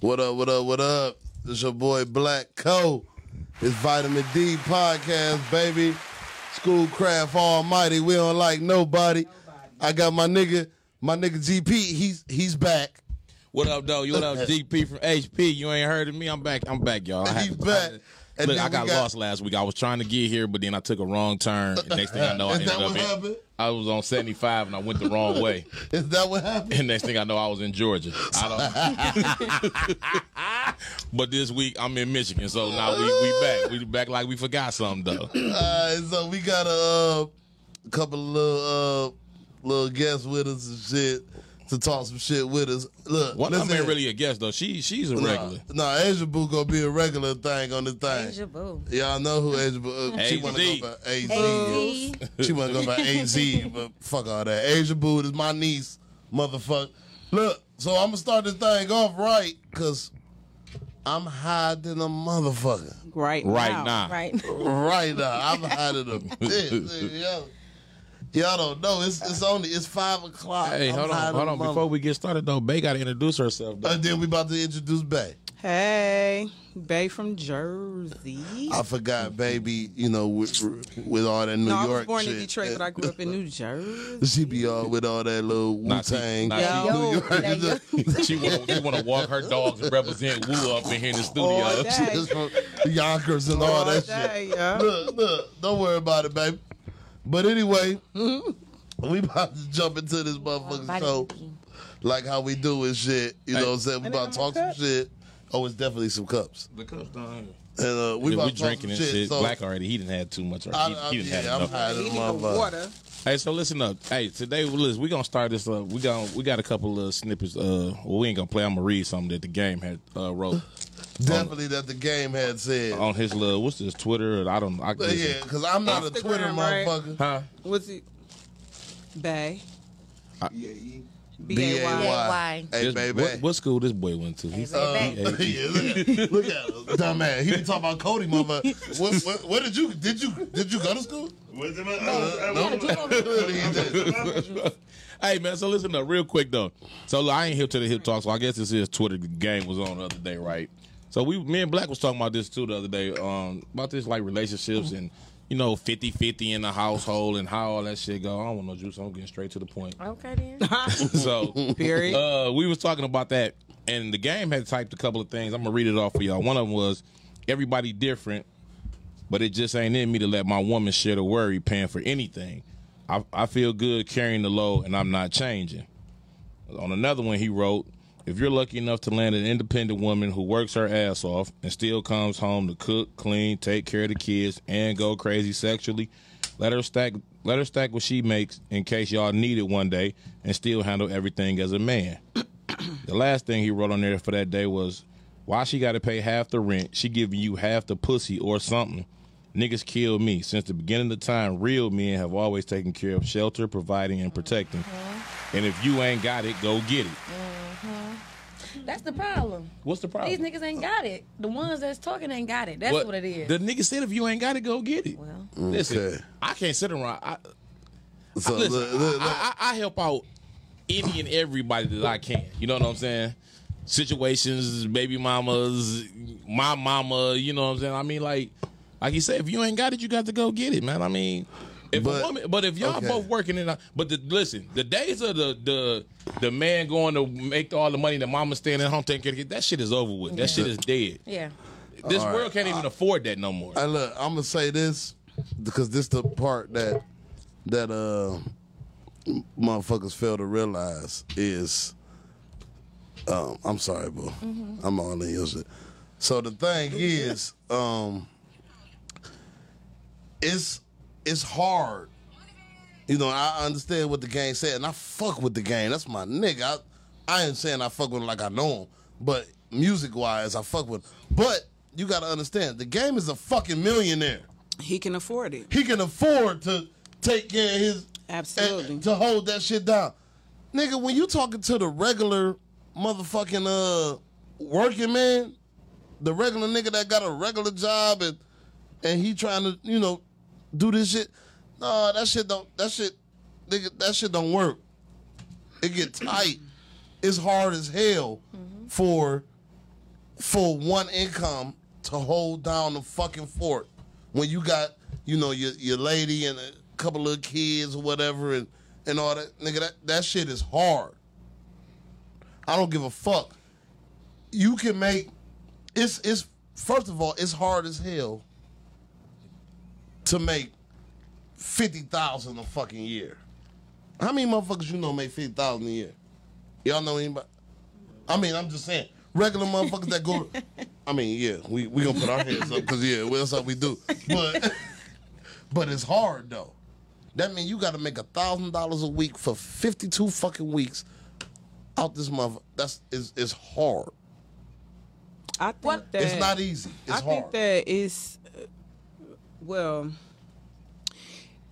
What up, what up, what up? It's your boy Black Co. It's Vitamin D Podcast, baby. Schoolcraft Almighty. We don't like nobody. I got my nigga, my nigga GP. He's he's back. What up, though? You what up, DP from HP? You ain't heard of me? I'm back. I'm back, y'all. I He's had to- back. And Look, then I we got, lost last week. I was trying to get here, but then I took a wrong turn. And next thing I know, I Is ended that up what in, happened? I was on 75 and I went the wrong way. Is that what happened? And next thing I know, I was in Georgia. I don't. but this week I'm in Michigan, so now we, we back. We back like we forgot something though. Alright, so we got a uh, couple of little uh, little guests with us and shit to talk some shit with us. Look, One of listen them ain't here. really a guest though. She she's a Nah, regular. Nah, Asia Boo gonna be a regular thing on the thing. Asia Boo. Y'all know who Asia Boo? Uh, she wanna AZ. go by AZ. AZ. She wanna go by AZ, but fuck all that. Asia Boo is my niece, motherfucker. Look, so I'm gonna start this thing off right, cause I'm hiding a motherfucker. Right, Right now. now. Right. right now. I'm hiding a bitch. nigga, Yo. Y'all don't know. It's it's only it's five o'clock. Hey, I'm hold on, hiding hold a on. mother- Before we get started though, Bay got to introduce herself. Though. and then we about to introduce Bay. Hey, Bay from Jersey. I forgot, baby. You know, with, with all that New no, I York was born shit. in Detroit, but I grew up in New Jersey. She be all with all that little Wu Nah, she- Tang. nah, Yo. New Yo, like, yo. York. She want she want to walk her dogs and represent Woo up in here in the studio. All day. Just from Yonkers and all Oh, that shit. day, yeah. Look, look, don't worry about it, baby. But anyway, we about to jump into this motherfucking Body show leaking. like how we do and shit. You know what I'm saying? We And about to then talk my some cup. shit. Oh, it's definitely some cups. The cups down here. And, uh, we We about are to talk drinking some and shit. shit. So, Black already. He didn't have too much. Already. I, He- I, he, didn't yeah, have I'm enough. high as a Eating the motherfucker. water. Hey, so listen up. Hey, today, listen, we're gonna start this up. We got we got a couple of snippets. Uh, well, we ain't gonna play. I'm gonna read something that the game had uh, wrote Definitely that the game had said. on his little. What's this Twitter? I don't. I But yeah, listen. because I'm not a Instagram, Twitter right? motherfucker. Huh? What's it? Bay. B A Y. B-A-Y. Hey, This- baby. What, what school this boy went to? He's Uh, Um, yeah, look, at, look at him, dumb man. He be talking about Cody, mother. What, what, what did you did you did you go to school? Was it my, Uh, Hey man, so listen up real quick though. So look, I ain't here to the hip talk, so I guess this is Twitter game was on the other day, right? So we me and Black was talking about this too the other day, um, about this like relationships and you know, 50-50 in the household and how all that shit go. I don't want no juice. I'm getting straight to the point. Okay then. So Period. uh, we was talking about that, and the game had typed a couple of things. I'm gonna read it off for y'all. One of them was everybody different, but it just ain't in me to let my woman share the worry paying for anything. I, I feel good carrying the load, and I'm not changing. On another one, he wrote, "If you're lucky enough to land an independent woman who works her ass off and still comes home to cook, clean, take care of the kids, and go crazy sexually, let her stack let her stack what she makes in case y'all need it one day, and still handle everything as a man." the last thing he wrote on there for that day was, "Why she got to pay half the rent? She giving you half the pussy or something." Niggas kill me. Since the beginning of time, real men have always taken care of shelter, providing, and protecting. And if you ain't got it, go get it. That's the problem. What's the problem? These niggas ain't got it. The ones that's talking ain't got it. That's what, it is. The nigga said if you ain't got it, go get it. well, Listen, Okay. I can't sit around. I, So listen, look, look, look. I, I, I help out any and everybody that I can. You know what I'm saying? Situations, baby mamas, my mama. You know what I'm saying? I mean, like, like you said, if you ain't got it, you got to go get it, man. I mean, if But- a woman, but if y'all okay. both working in, a, but the, listen, the days of the the the man going to make all the money, the mama staying at home taking care of the kids, that shit is over with. That shit is dead. yeah. This All right. world can't even afford that no more. I look, I'm gonna say this because this the part that that uh motherfuckers fail to realize is um I'm sorry, bro. I'm all in your shit. So the thing is, um it's it's hard. You know, I understand what the gang said, and I fuck with the gang. That's my nigga. I, I ain't saying I fuck with him like I know him, but music wise, I fuck with him. But you gotta understand, the game is a fucking millionaire. he can afford it. He can afford to take care of his Absolutely. and to hold that shit down. Nigga, when you talking to the regular motherfucking uh working man, the regular nigga that got a regular job and and he trying to, you know, do this shit, nah, that shit don't that shit nigga that shit don't work. It get tight. It's hard as hell for for one income to hold down the fucking fort when you got you know your your lady and a couple of kids or whatever and and all that nigga that that shit is hard. I don't give a fuck. You can make it's it's first of all it's hard as hell to make fifty thousand a fucking year. How many motherfuckers you know make fifty thousand a year? Y'all know anybody? I mean, I'm just saying, regular motherfuckers that go. I mean, yeah, we we gonna put our hands up because yeah, well, that's what we do. But but it's hard though. That means you got to make a thousand dollars a week for fifty two fucking weeks out this mother. That's is is hard. I think What? that It's not easy. It's I hard. think that is uh, well.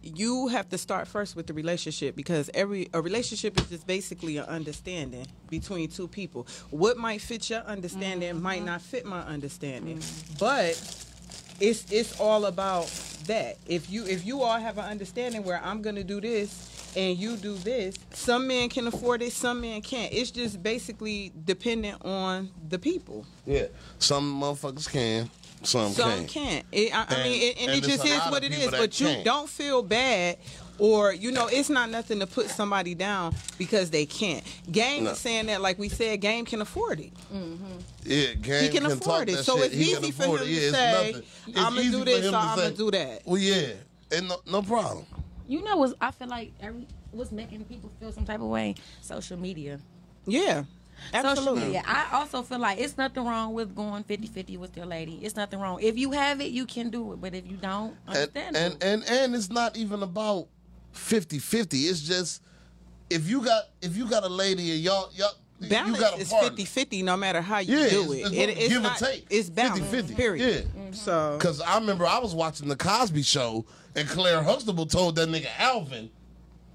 You have to start first with the relationship because every a relationship is just basically an understanding between two people. What might fit your understanding might not fit my understanding, but it's it's all about that. If you if you all have an understanding where I'm gonna do this and you do this, some men can afford it, some men can't. It's just basically dependent on the people. yeah, some motherfuckers can, some, Some can't. can't. It, I, I And- mean, it, and, and it there's just a is lot of what it people is. that But you can't. don't feel bad, or you know, it's not nothing to put somebody down because they can't. Game No. is saying that, like we said, game can afford it. Yeah, game He can afford talk it. that So shit. it's He can easy for afford him it. Yeah, to it's say, nothing. It's "I'ma easy do for this him or to I'ma say, do that." Well, yeah, and no, no problem. You know what's I feel like every what's making people feel some type of way? Social media. Yeah, Social absolutely. media. I also feel like it's nothing wrong with going 50-50 with your lady. It's nothing wrong. If you have it, you can do it. But if you don't, and understand and, and and it's not even about 50-50 it's just if you got if you got a lady and y'all y'all Balance you got a is partner 50-50 no matter how you yeah do it. it it's give not, or take It's balance. 50-50 Period. yeah So because i remember i was watching the cosby show and claire huxtable told that nigga alvin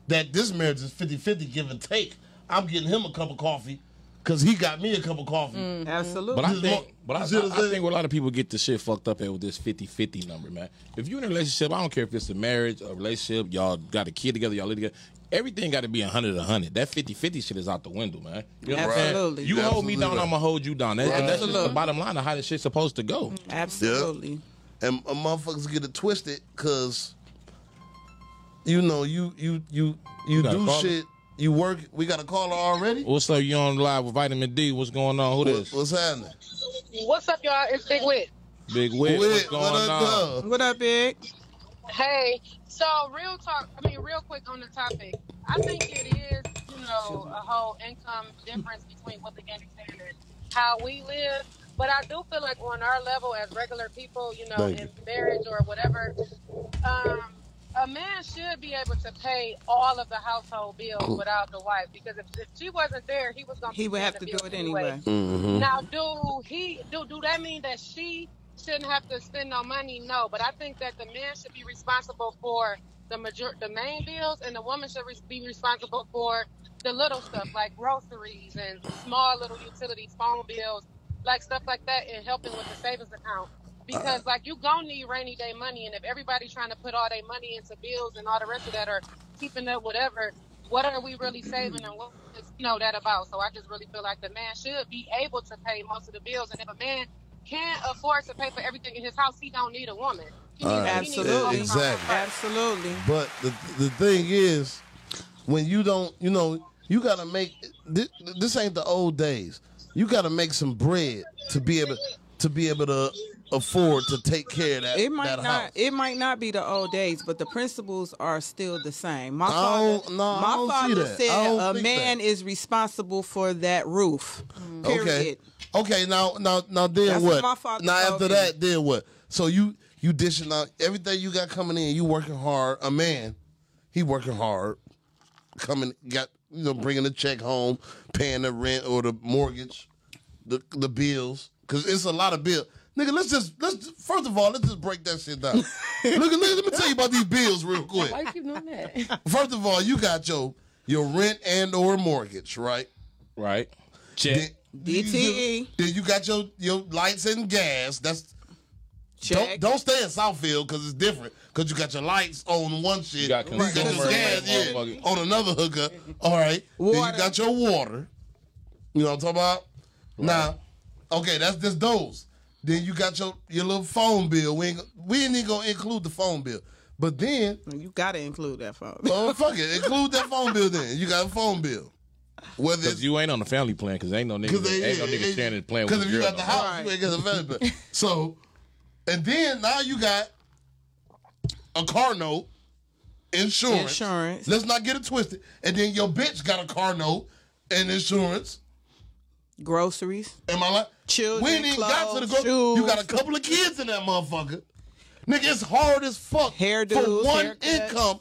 that this marriage is 50-50 give and take i'm getting him a cup of coffee because he got me a cup of coffee absolutely. But I Just more- think, but I, you see what I'm I- I saying? think what a lot of people get the shit fucked up at with this 50-50 number, man. If you're in a relationship, I don't care if it's a marriage, a relationship, y'all got a kid together, y'all live together. Everything got to be 100 100. That 50-50 shit is out the window, man. You know what I'm saying? Absolutely. You hold me Absolutely down, right. I'm going to hold you down. That- That's just the Absolutely. bottom line of how this shit's supposed to go. absolutely. and uh, motherfuckers get it twisted because you know you you you you got a do caller? shit. You work. We got a caller already. What's up? You on live with Vitamin D. What's going on? Who this? What's happening? What's up, y'all? It's Big Wit. Big Wit. What's Wait, going let her on? go. What up, Big? Hey, so real talk. I mean, real quick on the topic. I think it is, you know, a whole income difference between what the game standard, how we live. But I do feel like on our level as regular people, you know, Thank in marriage or whatever, um, a man should be able to pay all of the household bills without the wife because if, if she wasn't there, he was gonna. He be would paying have to the do it bills anyway. Now, do he do do that mean that she shouldn't have to spend no money? No, but I think that the man should be responsible for the major the main bills, and the woman should res- be responsible for the little stuff like groceries and small little utilities, phone bills, like stuff like that, and helping with the savings account. Because like you gonna need rainy day money, and if everybody's trying to put all their money into bills and all the rest of that, or keeping up whatever, what are we really saving and what is you know that about? So I just really feel like the man should be able to pay most of the bills, and if a man can't afford to pay for everything in his house, he don't need a woman. He All needs- right. he needs a Absolutely. woman. Exactly. Absolutely. But the the thing is, when you don't, you know, you gotta make this, this ain't the old days. You gotta make some bread to be able to be able to afford to take care of that. It might that not. house. It might not be the old days, but the principles are still the same. My don't- father, no, I my don't see father that. I don't said a think man that. Mm. is responsible for that roof. Period. Okay. Okay. Now, now, now, then That's what? what my father now told after me. that, then what? So you you dishing out everything you got coming in. You working hard. A man, he working hard. Coming, got you know, bringing the check home, paying the rent or the mortgage, the the bills, because it's a lot of bills. Nigga, let's just let's first of all let's just break that shit down. look, look, let me tell you about these bills real quick. why you keep doing that? First of all, you got your your rent and or mortgage, right? Right. Check. Then- DTE. Then you got your your lights and gas. That's don't Check. don't stay in Southfield because it's different. Because you got your lights on one shit, You got consumer your gas rate, yeah, motherfucker. on another hookup. All right, then Water. you got your water. You know what I'm talking about? Now Okay, that's just those. Then you got your your little phone bill. We ain't, gon- we ain't even gonna include the phone bill. But then, You gotta include that phone. uh, fuck it, include that phone bill. Then you got a phone bill. Whether it's Cause you ain't on the family plan, cause ain't no nigga, ain't no nigga standing playing with Because if a you girl got the no house, Right. you ain't got the family plan. So, and then now you got a car note, insurance. Insurance. Let's not get it twisted. And then your bitch got a car note and insurance. Groceries. Am I like? Children, We ain't even got to the clothes, gro- You shoes. got a couple of kids in that motherfucker. Nigga, it's hard as fuck for Hairdos, one haircuts. income.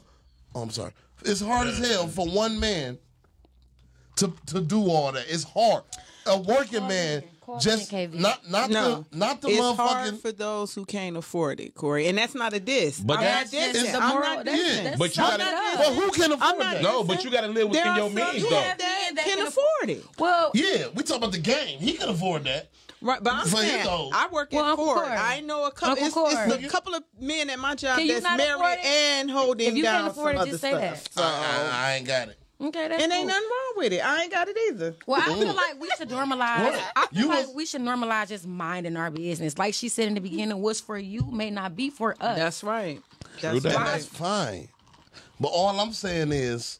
Oh, I'm sorry. It's hard as hell for one man to to do all that. It's hard. A working man Call just me, KV. not not No, the not the it's hard motherfucking for those who can't afford it, Corey, and that's not a diss. But I'm that's- not That's dissing. it's the I'm moral- not that's- dissing. that's But you sum gotta- it up. Well, who can afford not- that? No, Oh, but you gotta live There within your are some means you though. have that That can can afford it. Well, Yeah, we talk about the game. He can afford that. Right, but I'm So, you saying know. I work Well, at Uncle Ford. Corey. I know a couple. Uncle It's, it's Corey. a couple of men at my job Can you that's not married afford it? and holding If you down can't afford some it, just other say stuff. I, Uh-uh. I- I ain't got it. okay, that's And ain't cool. nothing wrong with it. I ain't got it either. Well, I feel like we should normalize. Right. Oh. I feel You like was- we should normalize just minding our business. Like she said in the beginning, what's for you may not be for us. That's right. True That's that. That's fine. But all I'm saying is,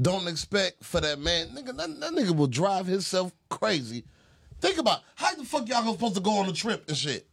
don't expect for that man, nigga. That, that nigga will drive himself crazy. Think about how the fuck y'all supposed to go on a trip and shit.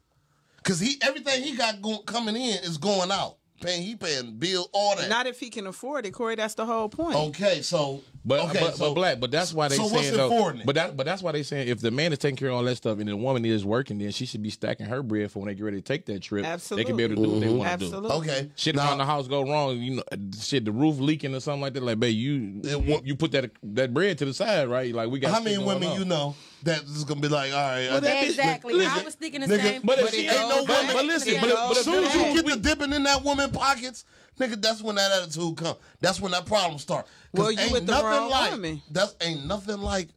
Cause he everything he got go, coming in is going out. Paying he paying bill all that. Not if he can afford it, Corey. That's the whole point. Oh, okay, so But, okay, but, but black, but that's why they so what's saying though, important? but that but that's why they saying if the man is taking care of all that stuff and the woman is working, then she should be stacking her bread for when they get ready to take that trip. they can be able to do what they Absolutely. want to do. Absolutely. okay, Shit around the house go wrong, you know, shit the roof leaking or something like that. Like, babe, you It wa- you put that that bread to the side, right? Like we got. how shit many going women on. you know that is gonna be like, all right, I- that bitch- exactly. I listen, was thinking the nigga, same. But, if But she it ain't go no but, back but to listen, the but, if- but if As soon as that- you get the dipping in that woman pockets, nigga, that's when that attitude come. That's when that problem start. 'Cause Well, you ain't with the nothing wrong like, woman. That ain't nothing like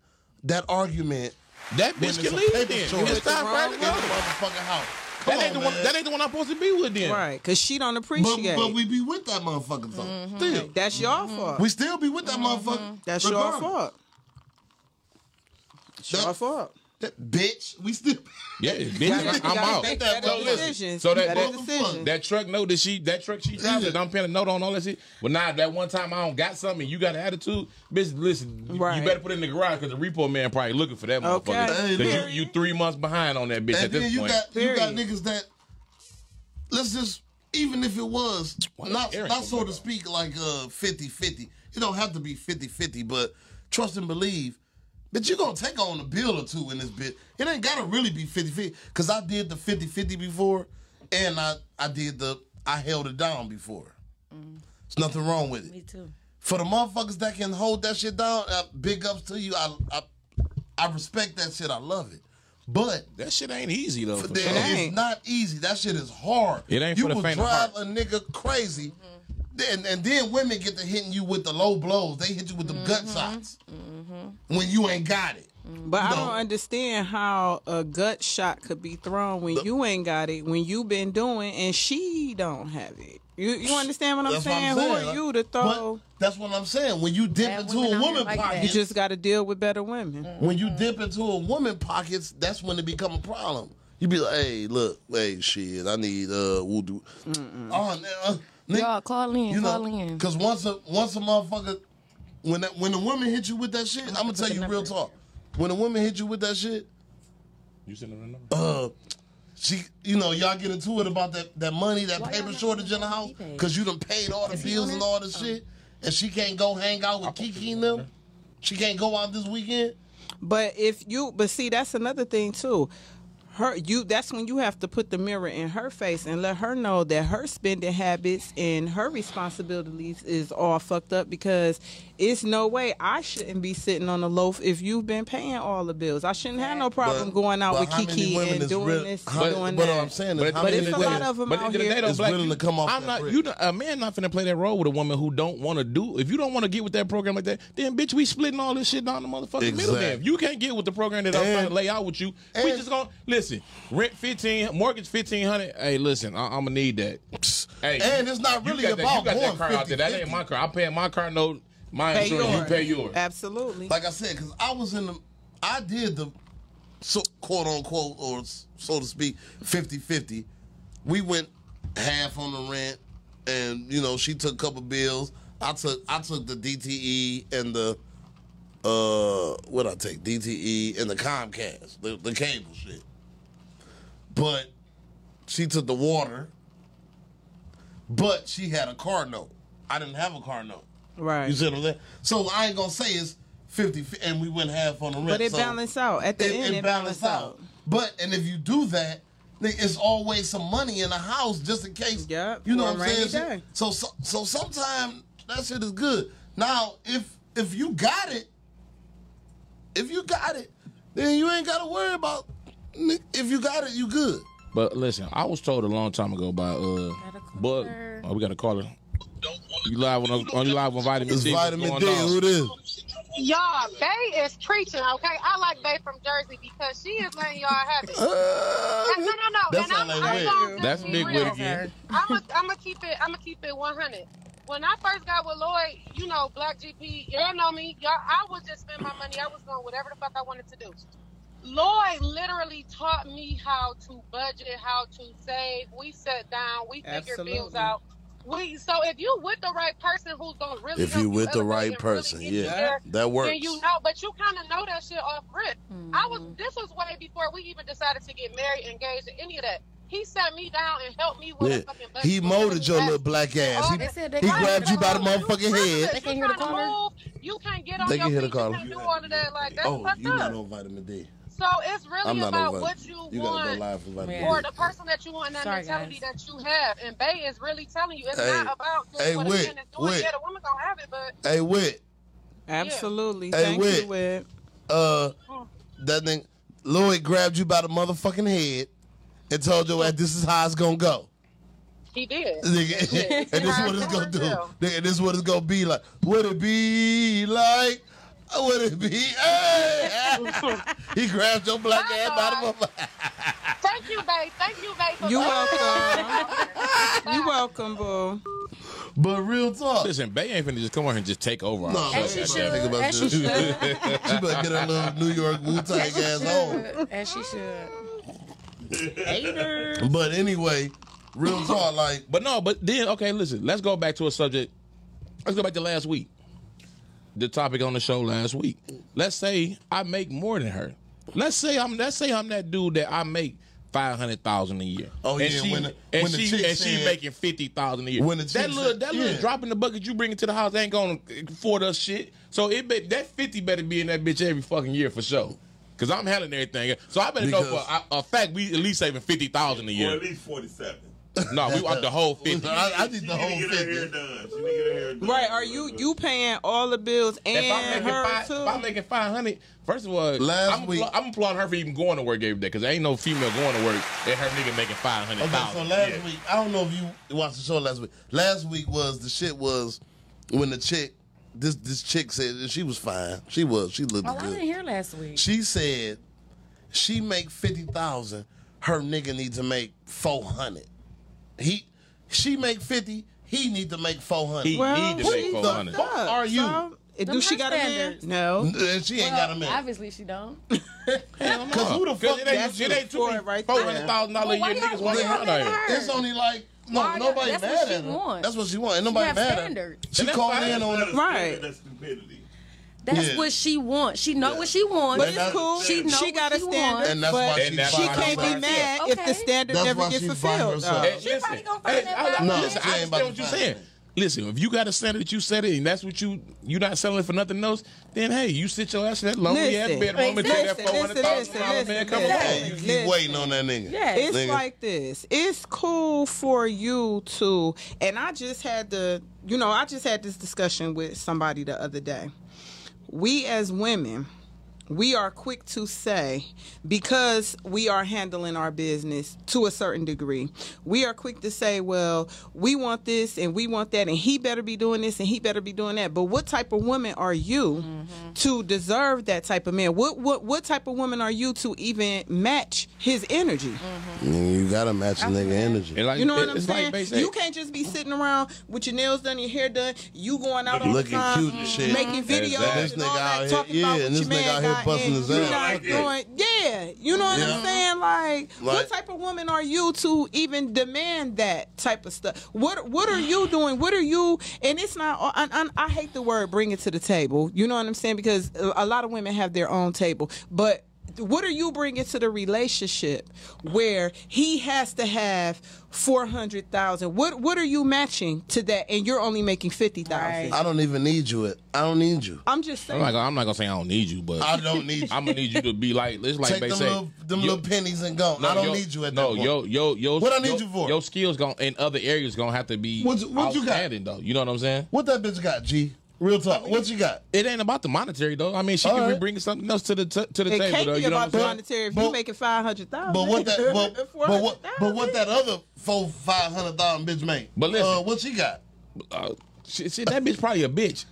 that argument. that when bitch it's a can leave paper then. You shortage can stop right in and the go. motherfucking house. Come That ain't the on, one. man. That ain't the one I'm supposed to be with then. Right, because she don't but, appreciate but it. we be with that motherfucker though. Still, That's your Mm-hmm. fault. we still be with that motherfucker. Mm-hmm. That's your regardless. fault. It's That- your fault. That bitch, we still. Yeah, gotta- bitch, you I'm gotta out. make that better so listen, decisions. so that- better Well, decisions. That truck note that she that truck she drives that I'm paying a note on all that shit. But now that one time I don't got something, you got an attitude, bitch. Listen, you- Right. you better put it in the garage because the repo man probably looking for that Okay. motherfucker. 'Cause Hey, you, you three months behind on that bitch And at then this you point. got you got Period. niggas that let's just even if it was not Aaron not so so to bad? speak like uh 50-50. It don't have to be 50-50, but trust and believe. But you're gonna take on a bill or two in this bit. It ain't gotta really be 50-50. Cause I did the 50-50 before and I I did the I held it down before. There's nothing wrong with Me it. too. For the motherfuckers that can hold that shit down, uh, big ups to you. I, I I respect that shit. I love it. But that shit ain't easy though. for that sure. is ain't. not easy. That shit is hard. It ain't You for the will faint of drive heart. a nigga crazy. Then and then women get to hitting you with the low blows. They hit you with the Mm-hmm. gut shots when you ain't got it. But I No. don't understand how a gut shot could be thrown when you ain't got it, when you been doing, and she don't have it. You you understand what I'm, That's saying? what I'm saying. Who are you to throw? But that's what I'm saying. When you dip Bad into a women out here woman like that. pocket, You just got to deal with better women. when you dip into a woman pockets, that's when it become a problem. You be like, hey, look, hey, shit, I need uh, voodoo. Oh, uh, nigga, Y'all call in, you call know, in. because once a once a motherfucker, when that, when the woman hit you with that shit, I'm gonna tell you real talk. When a woman hit you with that shit, You sending her number? uh, she, you know, y'all get into it about that that money, that Why y'all paper not shortage in the on house, eBay? because you done paid all the Is he bills on and it? Oh. all this shit, and she can't go hang out with Kiki and them. She can't go out this weekend. But if you, but see, that's another thing too. Her, you. That's when you have to put the mirror in her face and let her know that her spending habits and her responsibilities is all fucked up because it's no way I shouldn't be sitting on a loaf if you've been paying all the bills. I shouldn't have no problem going out but with how many Kiki women and is doing real- this, how- doing but that. I'm saying is, how but many it's a women- lot of them but at out the end of the here. day, though, is black, willing to come off I'm that not. bridge. You not- a man not finna play that role with a woman who don't want to do. If you don't want to get with that program like that, then bitch, we splitting all this shit down the motherfucking middle. Exactly. There. If you can't get with the program that I'm And- trying to lay out with you, we and- just gonna listen. Rent fifteen, mortgage fifteen hundred. Hey, listen, I, I'm gonna need that. Hey, And it's not you really got that- about you got going that car out there. That 50-50. ain't my car. I'm paying my car note. My Pay insurance, you yours. pay yours. Absolutely. Like I said, because I was in the, I did the so quote unquote or s- so to speak 50-50 we went half on the rent and you know she took a couple bills i took i took the dte and the uh what i take dte and the comcast the, the cable shit but she took the water but she had a car note i didn't have a car note Right. you see what i'm saying so i ain't gonna say it's 50 and we went half on the rent But it so- balance out at the it, end. it balance out. But and if you do that, then it's always some money in the house just in case. Yep, You know for what a I'm rainy saying? day. So so, so sometimes that shit is good. Now if if you got it, if you got it, then you ain't gotta worry about. If you got it, you good. But listen, I was told a long time ago by uh, Got a but caller. oh, we got a caller. You live on, on you live on vitamin It's D. What's vitamin going D. on? Who this? Y'all, Bay is preaching, okay? I like Bay from Jersey because she is letting y'all have it. Uh, No, no, no. That's and I'm, not like Wig. I'm gonna That's be big real. wig again. I'm gonna I'm gonna keep it. I'm gonna keep it 100. When I first got with Lloyd, you know, Black GP, y'all know me. Y'all, I would just spend my money. I was doing whatever the fuck I wanted to do. Lloyd literally taught me how to budget, how to save. We sat down, we figured bills Absolutely. out. We so if you with the right person who's gonna really If help you with the elevate right and person, really get you yeah. there, that works. then you know, but you kind of know that shit off rip. I was. Mm-hmm. This was way before we even decided to get married, engaged, or any of that. He sat me down and helped me with Yeah. a fucking. budget. He molded your little black ass. He, They said they he can't grabbed you by the Right, motherfucking you head. They can't trying hear the to caller? move, You can't get on They your can hear the feet. You caller. can't do all of that. Like that's Oh, fucked you up. not on vitamin D. so it's I'm really not on about vitamin. what you, You gotta go want. live for vitamin Yeah. Or D. the person that you want and that Sorry, mentality that you have. And Bay is really telling you it's Hey. not about just Hey, what Whit, a man is doing. Whit. Yeah, the woman gonna have it, but Hey, Whit. Absolutely. Hey, Thank Whit. you, Whit. uh that thing Lloyd grabbed you by the motherfucking head and told your ass this is how it's gonna go. he did. Nigga, and this is what it's gonna do. Nigga, this is what it's gonna be like. What it be like? What it be? Hey! he grabbed your black ass by the motherfucking Thank you, Bay. Thank you, Bay. For You letting me welcome. you welcome, boo. But real talk. Listen, Bay ain't finna just come on here and just take over. No, our man, show. As I she can't should. think about As this. she she better get her little New York Wu Tang ass home. As she should. But anyway, real talk, like But no, but then okay, listen. Let's go back to a subject. Let's go back to last week. The topic on the show last week. Let's say I make more than her. Let's say I'm. Let's say I'm that dude that I make five hundred thousand a year. Oh, and yeah, She, when the- and when the she chick and she said- making fifty thousand a year. When the that chick little said- that little yeah. drop in the bucket you bring into the house ain't gonna afford us shit. So it be, that fifty better be in that bitch every fucking year for sure. Cause I'm handling everything. So I better know Because- for a, a fact we at least saving fifty thousand a Or year. at least 47. no, we want the whole fifty. I, I need the She need to whole get her hair fifty. done. She need to get her hair done. Right. Are you you paying all the bills If I'm and making her five, too? if I'm making five hundred, first of all, Last I'm, week- appla- I'm applauding her for even going to work every day because there ain't no female going to work and her nigga making five hundred Okay, so thousand. last week, I don't know if you watched the show last week. Last week was the shit was when the chick, this this chick said and she was fine. She was. She looked Oh, I didn't good. hear last week. She said she make fifty thousand. Her nigga need to make four hundred. He, she make fifty. He need to make four He hundred. Well, need to make she's four hundred. fucked up. are you? So, Them do she her got a man? standards. No. And she ain't got a man. Obviously, she don't. Cause who the fuck? It ain't, that's it ain't too for many it right four there. hundred thousand dollar a Well, year why y'all- niggas why walking y'all around out mad at here. her? It's only like no, Why- nobody that's what mad she at her. want. That's what she want. Ain't She nobody have mad at her. standards. She that's called fine. in on That's it. not a standard, Right. That's stupidity. That's Yeah. what she wants. She know Yeah. what she wants. But that's- Cool. She She, know what got a she standard, wants. And that's but why And that's she why can't she be buys mad it. if the Okay. standard That's why never gets she buys fulfilled. herself. though. Hey, She probably gonna find hey, that I- I- value. listen, No, I she ain't about understand what to you're find saying. it. Listen, if you got a standard that you set it and that's what you you not selling for nothing else, then hey, you sit your ass in that lonely ass Listen. bedroom and take that Listen, four hundred thousand dollar listen, man listen, come listen. along. Hey, you keep Listen. waiting on that nigga. Yeah. It's Nigga. like this. It's cool for you to, and I just had the, you know, I just had this discussion with somebody the other day. We as women, we are quick to say because we are handling our business to a certain degree we are quick to say well we want this and we want that and he better be doing this and he better be doing that but what type of woman are you to deserve that type of man what what what type of woman are you to even match his energy Nigga, You gotta match a nigga energy. And like- you know what it- I'm it's saying? Like basic- you can't just be sitting around with your nails done, your hair done, you going out all the Looking time, cute and shit. making videos Exactly. This and all nigga that, out here- talking yeah, about and what this your nigga man out here got busting and his you ass. not doing. Yeah, Yeah, you know what Yeah. I'm saying. Like, Like- what type of woman are you to even demand that type of stuff? What What are you doing? What are you? And it's not. uh, I, I, I hate the word "bring it to the table." You know what I'm saying? Because a a lot of women have their own table, but. What are you bringing to the relationship where he has to have four hundred thousand? What What are you matching to that, and you're only making fifty thousand? I don't even need you. At, I don't need you. I'm just saying. I'm not, gonna- I'm not gonna say I don't need you, but I don't need you. I'm gonna need you to be like. It's like Take they them say, little them yo- little pennies and go. no, I don't yo- need you at no, that point. yo, yo, yo. What I need yo- you for? Your skills going in other areas gonna have to be What you- what you got? outstanding, though. You know what I'm saying? What that bitch got, G? Real talk. what you got? It ain't about the monetary though. I mean, she All can be right. bringing something else to the t- to the It table can't though. be You know what about I'm saying? monetary if But- you making five hundred thousand. But what that? But, but what? But what that other four five hundred thousand bitch make? But listen. uh, what she got? Uh, shit, shit, that bitch probably a bitch.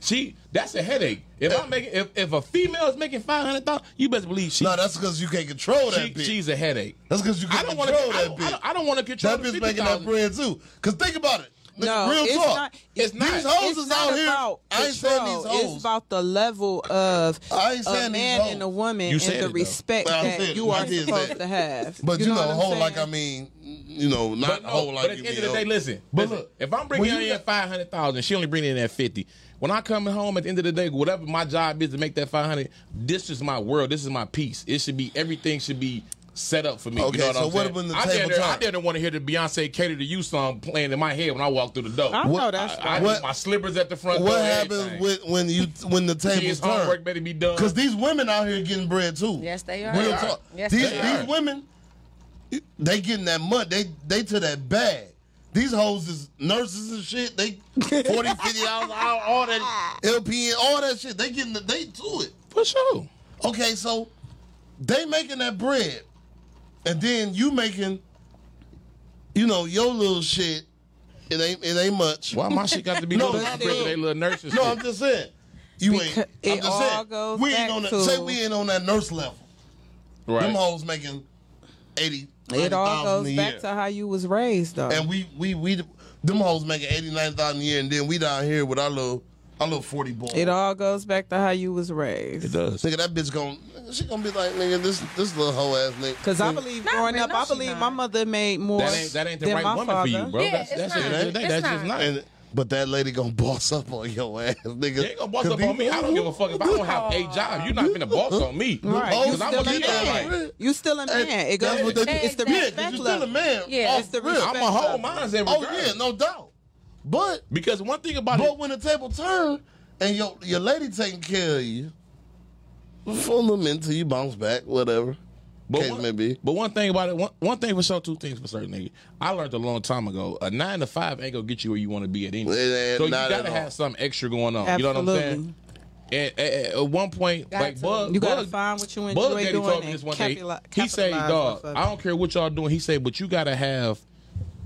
She that's a headache. If I'm making if, if a female's making five hundred thousand, you best believe she, No, that's because you can't control that she bitch. she's a headache. that's because you I can't don't control want to. I that don't, bitch. want to control that the bitch making that 50,000. bread too. Cause think about it. No, real it's talk. not- It's not. These hoes It's is not out here. I about ain't saying these control. hoes. It's about the level of I ain't a saying these man hoes. and a woman You said and it, the though. respect Well, I said that it. you I are did say supposed it. to have. but you, know, what I'm whole like I saying? mean, you know, not But, no, whole like but at you the end mean of the day, hoe. listen. But listen, look, if I'm when bringing you in got- five hundred thousand, she only bringing in that fifty. When I come home at the end of the day, whatever my job is to make that five hundred, this is my world. This is my peace. It should be everything should be set up for me. Okay, you know what so I'm what saying? about the I table didn't, I turn? didn't want to hear the Beyonce "Cater to You" song playing in my head when I walk through the door. I What- know I, that's I right. What- need my slippers at the front. what door, happens everything. with when you when the tables kids' homework turn? better be done? Because these women out here getting bread too. Yes, they are. Real They are. talk. Yes, these they these are. women, they getting that money. They they to that bag. These hoes is nurses and shit. They 40, 50 dollars an hour, all that LPN, all that shit. They getting the, they to it. for sure. Okay, so they making that bread, and then you making, you know, your little shit. It ain't it ain't much. Why my shit got to be No, no, but compared to still- they little nurses? No, I'm just saying. You ain't. Because I'm it just all saying. goes we ain't back on that. to- Say we ain't on that nurse level. Them right. hoes making eighty. It 90,000 a all goes back year. to how you was raised, though. And we we we them hoes making eighty nine thousand a year, and then we down here with our little our little forty ball. it all goes back to how you was raised. does. Nigga, that bitch gon' she gonna be like, nigga, this this little hoe ass nigga. Because I believe Not growing really, up, no, I she believe not. my mother made more That ain't, that ain't the than right my woman father. for you, bro. Yeah, that's it's that's not. it. That- It's that's not. just not. And, but that lady gonna boss up on your ass, nigga. They ain't gonna boss 'Cause up these- on me. I don't give a fuck if I don't have a job. You're not finna boss on me. Right. Oh, you Cause I'm still gonna a get that man. right. right. You still a man. It goes That's what they do. It's the Yeah, 'cause Yeah, respect you still a level. man. Yeah. off It's the rip. respect I'm a whole mindset. Oh yeah, no doubt. But Because one thing about but it, when the table turn and your your lady taking care of you, fool them until you bounce back, whatever. but case one, may be. but one thing about it, one, one thing for sure, two things for certain. Nigga, I learned a long time ago: a nine to five ain't gonna get you where you want to be at any. It ain't- So you not at gotta all. have something extra going on. You know what I'm saying? Absolutely. And, at- at- at one point, Got like to. Bug, You gotta Bug- find what you enjoy Bug Daddy doing told me and this one day. capitali- He said, capitalize "Dog, off of I it." don't care what y'all doing." He said, "But you gotta have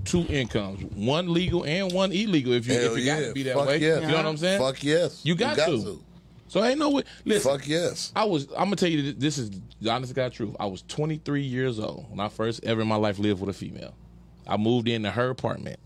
two incomes, one legal and one illegal. If you Hell if you yeah. gotta be that Fuck way, yeah. you know what I'm saying? Fuck yes. You got, to. So ain't no way. Listen, Fuck yes. I was. I'm gonna tell you. th- This is the honest to God truth. I was 23 years old when I first ever in my life lived with a female. I moved into her apartment.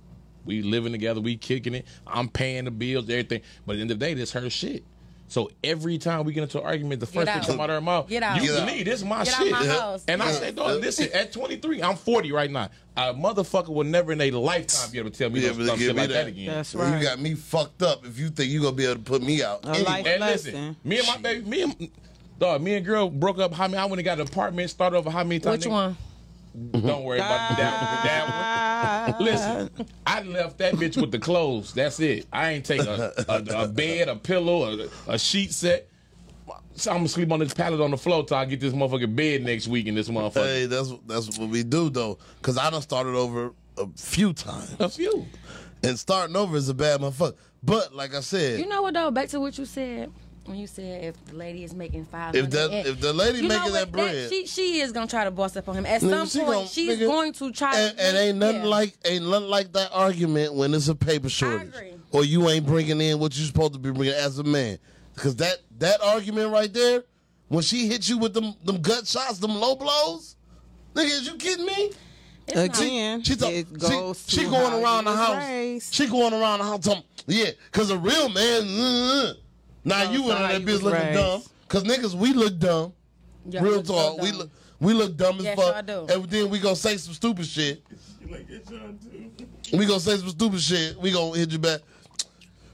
We living together. We kicking it. I'm paying the bills, everything. But at the end of the day, this her shit. So every time we get into an argument, the first thing out. come out of her mouth, Get out. you Get out. believe this is my Get out shit. my house. And I Yeah. said, dog, listen, at 23, I'm 40 right now. A motherfucker will never in their lifetime be able to tell me Yeah, no but dumb give shit me like that that. again. That's Well, right. You got me fucked up if you think you gonna be able to put me out. A life And listen, lesson. me and my baby, me and dog, me and girl broke up. How many? I went and got an apartment. Started over how many times? Which one? Don't worry about that. Ah. That one. Listen, I left that bitch with the clothes. That's it. I ain't take a, a, a bed, a pillow, a, a sheet set. So I'm gonna sleep on this pallet on the floor till I get this motherfucking bed next week in this motherfucker. Hey, that's that's what we do though. Cause I done started over a few times. A few. And starting over is a bad motherfucker. But like I said, You know what though? Back to what you said when you said if the lady is making five If hundred, that- if the lady making that bread- she she is gonna try to boss up on him at nigga, some she point. gon- she's nigga, going to try. to And, and make- ain't nothing yeah. like ain't nothing like that argument when it's a paper shortage, agree. or you ain't bringing in what you supposed to be bringing as a man. Because that that argument right there, when she hit you with them them gut shots, them low blows, nigga, is you kidding me? It's not. Again, She talk, it goes she, she to going how around you the was house. raised. She going around the house. Talking, yeah, cause a real man. mm, mm. Now Goes you to went how on that you bitch was looking raised. dumb. Cause niggas, we look dumb. Y'all Real look so talk. we dumb. look we look dumb as Yes, fuck. y'all do. And then we gonna say some stupid shit. You like that, John, too? We gonna say some stupid shit. We gonna hit you back.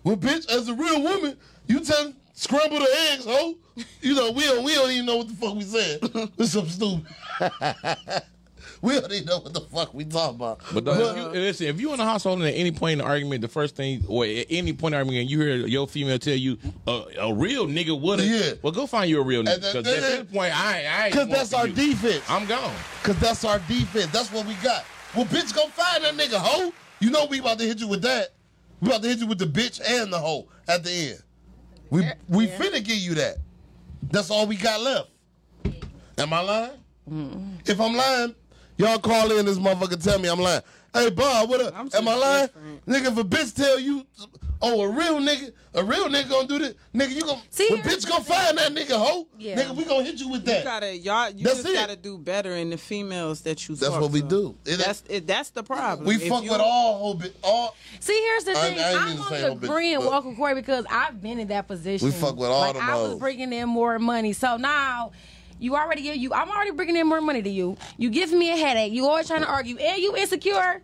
Well, bitch, as a real woman, you tell scramble the eggs, ho. You know we don't we don't even know what the fuck we said. It's some stupid. we don't even know what the fuck we talking about. But dog, uh, if you, listen, if you in the household and at any point in the argument, the first thing or at any point in the argument, you hear your female tell you uh, a real nigga would have. Yeah. Well, go find you a real nigga. And that- 'cause at that- this point, I ain't- I ain't Cause want that's for our you. defense. I'm gone. Cause that's our defense. That's what we got. Well, bitch, go find that nigga hoe. You know we about to hit you with that. We about to hit you with the bitch and the hoe at the end. We we finna give you that. That's all we got left. Am I lying? If I'm lying, y'all call in this motherfucker. Tell me I'm lying. Hey Bob, what up? I'm Am I just lying, different. nigga? If a bitch tell you, oh a real nigga, a real nigga gonna do this, nigga. You gonna See, well, here's bitch the gonna find that nigga hoe. Yeah. Nigga, we gonna hit you with that. You gotta y'all. You That's just it. gotta do better in the females that you. That's talk what we to. do. It- that's it, that's the problem. We If fuck you- with all whole bit. All See, here's the I- thing. I ain't I, even am say on no the bitch, green but- Walker Corey because I've been in that position. We fuck with all like, them I was hoes. bringing in more money, so now you already give you. I'm already bringing in more money to you. You give me a headache. You always trying to argue, and you insecure.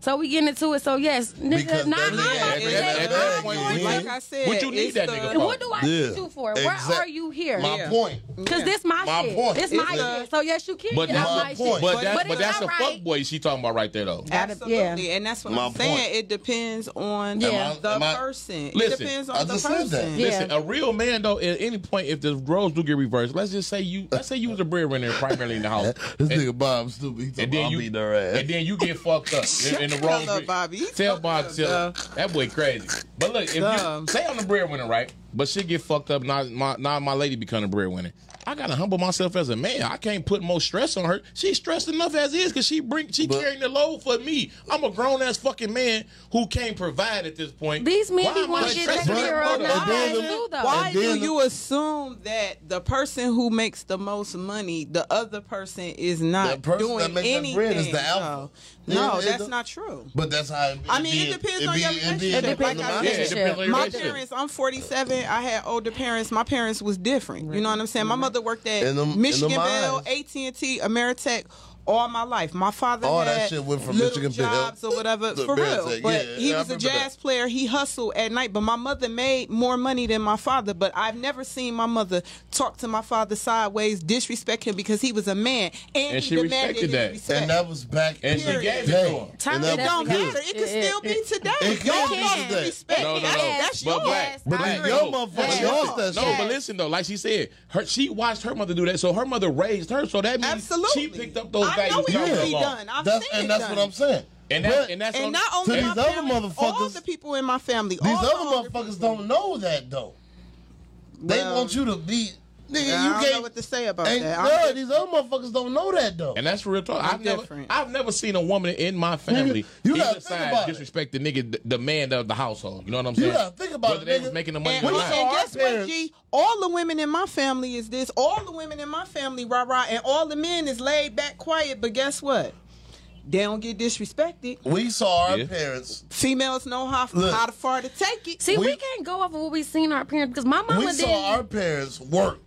So we getting into it. So yes, nigga, Because now that I'm nigga- about at to that- say, at that I'm point, going we- to- Like I said, What you need it's that the- nigga It for? What do I need you for? Exact- Where are you here? My Yeah. point. Cause Yeah. this my, My shit. point. This my It's a- shit. So yes, you can But get out My my point. But shit. But that's it's but that's a not fuck right. boy she talking about right there though. Gotta- Absolutely, yeah. and that's what My I'm saying. point. It depends on Yeah. Am I- the am I- person. Listen, it depends I on the just said person. that. Yeah. Listen, a real man though, at any point, if the roles do get reversed, let's just say you let's say you was a breadwinner primarily in the house. This nigga Bob stupid. He talking And about then I'm you, beating her ass. and then you get fucked up in, in the wrong. Hello, Bobby. He's Tell fucked Bob, up, tell that boy crazy. But look, if you Dumb. say I'm the breadwinner, right? But she get fucked up. Now my now my lady become the breadwinner. I gotta humble myself as a man. I can't put more stress on her. She's stressed enough as is because she bring she But- carrying the load for me. I'm a grown ass fucking man who can't provide at this point. These men Why be am I wanting to get stressing taken But- care of. but- Now and I then- do though. Why And then do the- you assume that the person who makes the most money, the other person is That not person doing that makes that anything? bread is the alpha. No, no Yeah, it that's do- not true. but that's how. It, be. I mean, It it be- depends it on be- your it be- relationship. It depends Like on I my yeah, it said, shit. depends on your My relationship. parents, I'm 47. I had older parents. My parents was different. You know what I'm saying? My mother worked at In them- in Michigan them Bell, AT&T, Ameritech. All my life, my father All had that shit went from little Michigan Bell jobs or whatever to for real. Ameritech. But Yeah, he yeah, I was remember a that. jazz player. He hustled at night. But my mother made more money than my father. But I've never seen my mother talk to my father sideways, disrespect him because he was a man, and, And he she demanded respected his that. respect. And that was back. And she in the gave it day. to him. Time And it that It don't was good. matter. It could still be today. It could Y'all be lost today. respect. No, no, no. That's, that's but yours. black, But black, black, your no. motherfucker But lost no, that no, shit. but listen though, like she said, her she watched her mother do that, so her mother raised her, so that means Absolutely. she picked up those I values. know it down can the be line. done. I've That's, seen and it that's done. what I'm saying. And that, But and that's And on- not only these my other family, all motherfuckers- the people in my family, these all the other motherfuckers people. don't know that though. They Well, want you to be nigga. I you don't can't. know what to say about ain't- that. I'm nah, just- these other motherfuckers don't know that though. And that's real talk. I've never, different. I've never seen a woman in my family you either gotta think side about it. disrespect the nigga, the, the man of the household. You know what I'm You saying? gotta think about Whether it, they nigga. was making the money And, or We not. saw and our guess what, parents- G? All the women in my family is this. All the women in my family, rah rah, and all the men is laid back, quiet. But guess what? They don't get disrespected. we saw our Yeah. parents Females know how Look. how far to take it. See, we, We- can't go off of what we seen our parents because my we mama did. saw our parents work,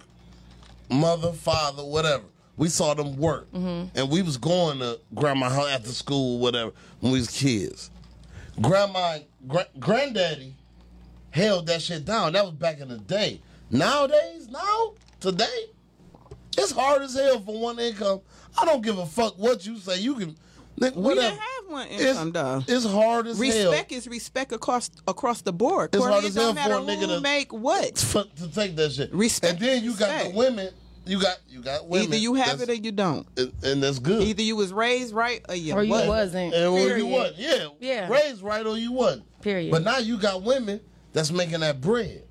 mother, father, whatever. We saw them work, and we was going to grandma house after school, whatever, when we was kids. Grandma, gra- granddaddy held that shit down. That was back in the day. Nowadays, now today, it's hard as hell for one income. I don't give a fuck what you say. You can, nigga, whatever. We didn't have one income, though. it's, it's hard as hell. Respect is respect across across the board. It's Corey, hard it as hell don't matter for a nigga who to- make what. fuck to take that shit. Respect And then you got respect. the women. You got you got women. Either you have it or that's- you don't. and, and that's good. Either you was raised right or you, Or you wasn't. wasn't. and or you Period. wasn't. Yeah. Yeah. Raised right or you wasn't. Period. But now you got women that's making that bread,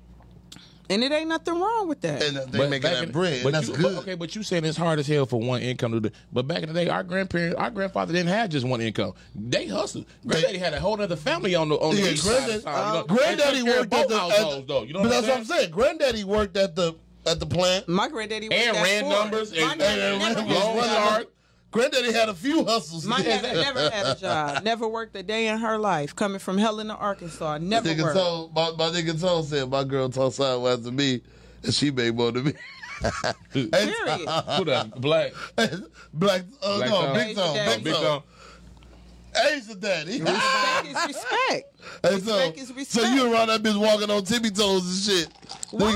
And it ain't nothing wrong with that. and they making back that in- bread, but and that's you, good. But, okay, but you saying it's hard as hell for one income to do. But back in the day, our grandparents, our grandfather didn't have just one income. They hustled. Granddaddy had a whole other family on the on Yeah, the east side. granddaddy- of town, you know. Granddaddy They took care of worked at both the, at households, the- though. You know but what I'm that's what I'm saying? saying. Granddaddy worked at the at the plant. my granddaddy was And that ran Ford. numbers and- my daddy and never ran had a long job. yard. Granddaddy had a few hustles. My daddy never had a job. Never worked a day in her life. Coming from Helena, Arkansas, never Nigga worked. told my, my nigga told said my girl talked sideways to me, and she made more than me. Period. Who the black? Black, uh, Black no, Thumb. Big Thumb, Asian Oh, Big Big Thumb, dog. Asian Daddy. Respect is respect. And so, Respect is respect. so you around that bitch walking on tippy toes and shit. Why?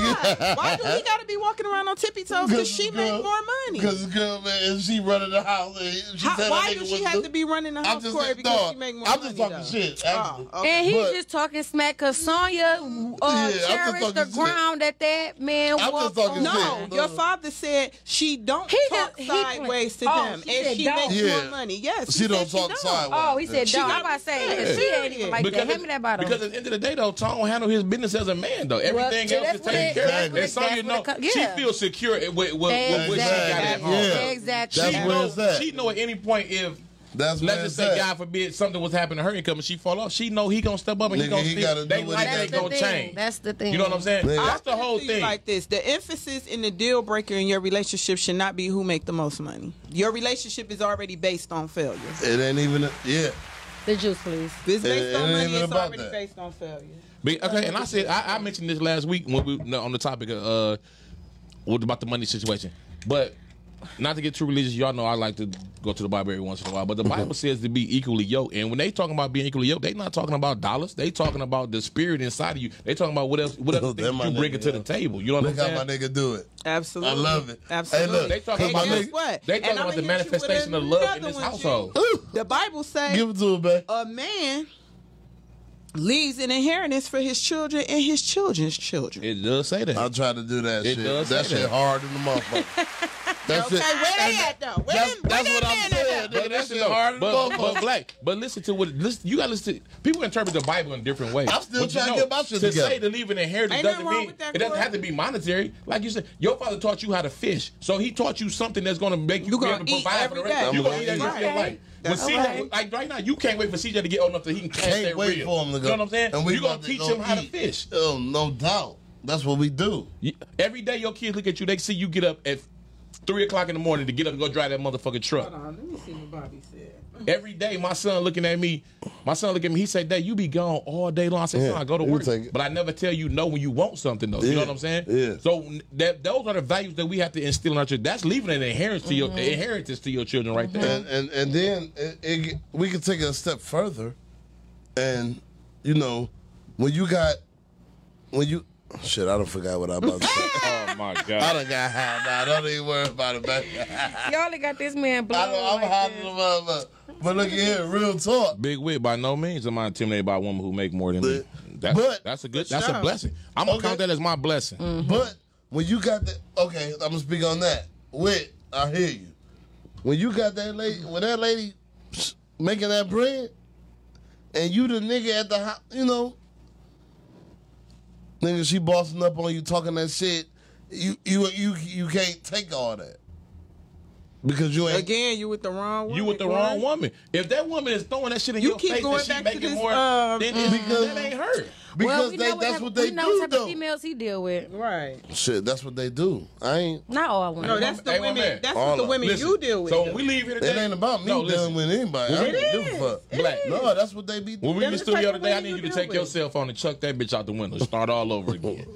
Why do he gotta be walking around on tippy toes? Cause she make more money. Because girl, man, and she running the house. And she How- tell that why nigga does what she have to be running the I'm house just Corey saying, because no, she make more I'm money? just talking though? shit. Oh, Actually. okay. And he's But- just talking smack because Sonya uh, Yeah, I'm just cherished the talking shit. ground that that man I'm just walked talking on. shit. No, No. your father said she don't He talk just- he cla- sideways to Oh, them, she and said she don't. makes Yeah. more money. Yes, She said don't talk sideways. Oh, he said, She dog. got I'm about to say, respect. because she ain't even like that. Because Hand me that bottle. Because at the end of the day, though, Tone handle his business as a man, though. Well, Everything see, else that's is what taken it- care that's of. what it- And Sonya that's what know it co- she yeah. feels secure with, with, with what she got at Exactly. home. Yeah. Exactly. That's she where know, it's at. She know at any point if That's let's where just it's say, at. God forbid, something was happening to her income and she fall off. She know he gonna step up and Nigga, he gonna he still- gotta do They what like he they gotta gonna do. change. That's the thing. You know what I'm saying? Yeah. That's the whole Honestly, thing. Like this, the emphasis in the deal breaker in your relationship should not be who make the most money. Your relationship is already based on failure. It ain't even, a, yeah. The juice, please. If it's It- based it on ain't money, even it's about already that. based on failure. Be- okay, and I said I, I mentioned this last week when we no, on the topic of uh, what about the money situation, but not to get too religious. Y'all know I like to go to the Bible every once in a while, but the Bible says to be equally yoked, and when they talking about being equally yoked, they not talking about dollars. They talking about the spirit inside of you. They talking about what else, what That else you my bring nigga, it to yeah. the table. You know what Look I'm how saying? my nigga do it. Absolutely, I love it. Hey, Absolutely. look, They talking And about guess the- what? they And talking I'ma about the hit you with manifestation of love in another this one, G. household. The Bible says Give it to her, babe. a man leaves an inheritance for his children and his children's children. It does say that. I try to do that It shit. does that say shit that. hard in the motherfucker. That's Okay, it. where they at though? Where That's, them- where that's them what I'm men at saying. though? Nigga, that shit No, hard in the but, but motherfucker. black. But listen to what listen, you got to listen. to- People interpret the Bible in different ways. I'm still But you trying to know, get my shit to together. say to leave an inheritance Ain't doesn't nothing wrong mean with that, it doesn't Corey. have to be monetary. Like you said, your father taught you how to fish, so he taught you something that's going to make you, You be gonna able to eat provide for every the rest. day. You I'm gonna gonna eat that eat. rest of your Okay. life. When That's CJ, right. like right now, you can't wait for CJ to get old enough that he can catch Can't that wait reel. for him to go. You know what I'm saying? And we you gonna about teach go him how to eat. fish. Oh, no doubt. That's what we do. You- Every day your kids look at you, they see you get up at three o'clock in the morning to get up and go drive that motherfucking truck. Hold on, let me see what Bobby said. Every day, my son looking at me. My son look at me. He said, "Dad, you be gone all day long." I said, Yeah, "Son, I go to you work." take it. But I never tell you no when you want something, though. You Yeah, know what I'm saying? yeah. So that those are the values that we have to instill in our children. That's leaving an inheritance to your Mm-hmm. inheritance to your children, right there. and and and then it, it, we can take it a step further, and you know, when you got, when you, shit, I don't forgot what I about to say. Oh my I God! don't got high. Nah, don't even worry about it, man. Y'all done got this man Oh, blown I don't, I'm like high this. to the mother. But look at here, real talk. Big wit, by no means am I intimidated by a woman who make more than me. But- That's, but- that's a good. That's a shout. blessing. I'm gonna Okay. count that as my blessing. Mm-hmm. But when you got that, okay, I'm gonna speak on that. Wait, I hear you. When you got that lady, when that lady psh, making that bread, and you the nigga at the house, you know, nigga, she bossing up on you, talking that shit. You you you you can't take all that because you ain't. Again, you with the wrong one. You with the wrong woman. If that woman is throwing that shit in You your keep face going and she back to making this, more, um, then it's- Because- that ain't her. Because well, we they, know that's type- what they we know do, type of though. females he deal with. Right. Shit, that's what they do. I ain't. Not all women. No, that's the Hey, my man. women. That's All what the of- women Listen, you deal with. So when though. we leave here It today, ain't about me no, dealing listen. with anybody. I It don't give a fuck. Black. No, that's what they be doing. When we in the That's the type studio of today, I women need you you to take deal your with. cell phone and chuck that bitch out the window. Start all over again.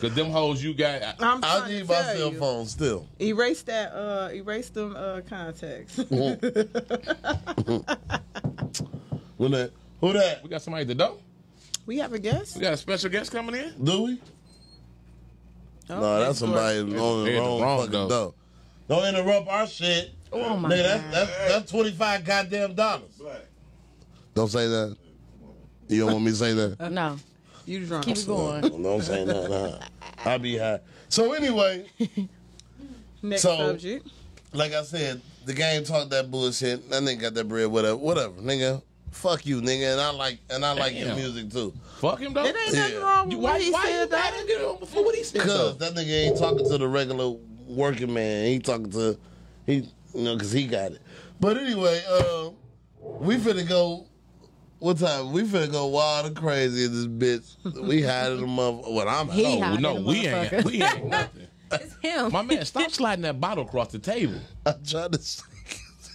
Cause them hoes you got. I, I'm I trying need to my tell cell you. phone still. Erase that. Uh, erase them uh, contacts. When that, who that? we got somebody at the door. we have a guest. We got a special guest coming in. Do we? Oh, No, that's next door. somebody on the They're wrong, wrong, fucking though. door. Don't interrupt our shit. Oh, my Nigga, that's, God. that's, that's 25 goddamn dollars. Black. Don't say that. You don't want me to say that? No, You drunk? keep it going. don't say that. Nah. I be high. So anyway, Next So- subject. like I said, the game talk that bullshit. That nigga got that bread, whatever, whatever, nigga. Fuck you, nigga. And I like and I like your Damn. music too. Fuck him though. It ain't Yeah. nothing wrong You- with why what he why you mad said. though. at him for what he said? though? Cause that nigga ain't talking to the regular working man. He talking to he you know, cause he got it. But anyway, uh, we finna go what time? We finna go wild and crazy in this bitch. We hide in the motherfucker. Well, I'm He home. high. Oh, no, we ain't. Motherfucker. We ain't nothing. It's him. My man, stop sliding that bottle across the table. I'm trying to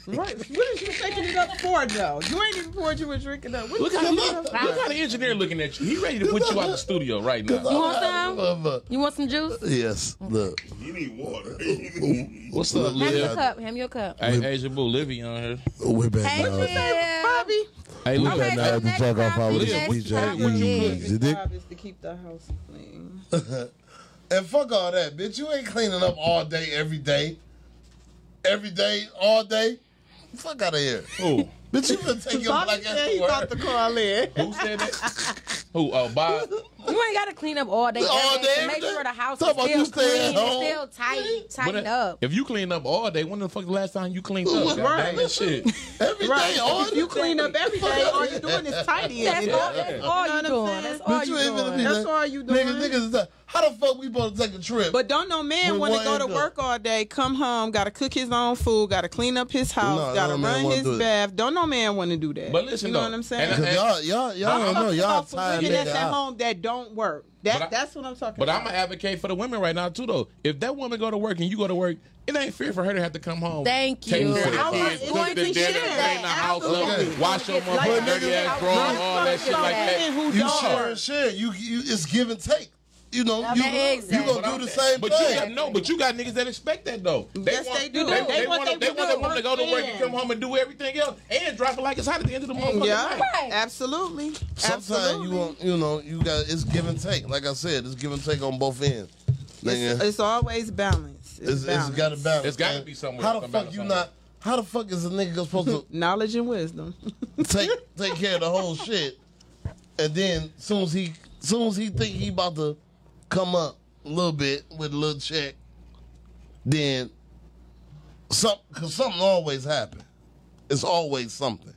Right. What is you shaking it up for, though? You ain't even poured you were drinking up. What Look you at him. shaking it Look, up look for? how the engineer looking at you. He ready to put you out the studio right now. You want some? Motherfucker. You want some juice? Yes, look. You need water. What's What's up, Hand me your Liv? cup. Hand me your cup. Hey, Asia Boo, Livy on here. We're back Hey, now. Liv. Bobby. Hey, look. now Okay, so have to next jack off time all we this just DJ stop when you it. put- You dig? job is to keep the house clean. And fuck all that, bitch. You ain't cleaning up all day, every day. Every day, all day. Fuck out of here. Who? Bitch, you gonna take your Bobby black ass said he to work. about to call in. Who said that? Who? Oh, Bob. You ain't got to clean up all day. All every day, to every Make day. sure the house Talk is about still you clean. staying at home. It's still tight. Tighten up. If you clean up all day, when the fuck the last time you cleaned up? Right. Goddamn that shit. Every day, Right. all day. You clean up every day. All you doing is tidying. That's it all, up. that's all You you know what doing. I'm saying? That's all Bitch, you you ain't finna doing. be That's that- all you doing. Niggas, niggas is like, how the fuck we supposed to take a trip? But don't no man With want to one go to cup. work all day, come home, gotta cook his own food, gotta clean up his house, No, gotta no man run wanna do his that. bath. Don't no man want to do that. But listen you know though, what I'm saying. and I- Cause y'all, y'all, y'all I'm don't know. talking Y'all about for tired women niggas that's at out. home that don't work. That But I- that's what I'm talking But about. I'm an advocate for the women right now too, though. If that woman go to work and you go to work, it ain't fair for her to have to come home. Thank take you. care of the I was kids, cook going the to dinner, share clean the that. house up, Absolutely. wash your Like, motherfucking dirty niggas- ass drawers, all that shit like that. Who You don't share work. and share. You, you, it's give and take. You know, you, Okay, you exactly. gonna do the same But you thing. got no, but you got niggas that expect that though. Yes, they do. They, They want want, a- they they want a work woman to go to work and in. come home and do everything else and drop it like it's hot at the end of the motherfucking Yeah, night. Right. absolutely. Sometimes absolutely. you want, you know, you got it's give and take. Like I said, it's give and take on both ends. Nigga, It's, it's always balance. It's, It's- it's balance. got to balance. It's gotta man. be somewhere, How the some balance fuck you somewhere. not? How the fuck is a nigga supposed to knowledge and wisdom. take take care of the whole shit, and then soon as he soon as he think he about to come up a little bit with a little check, then some cause something always happen. It's always something.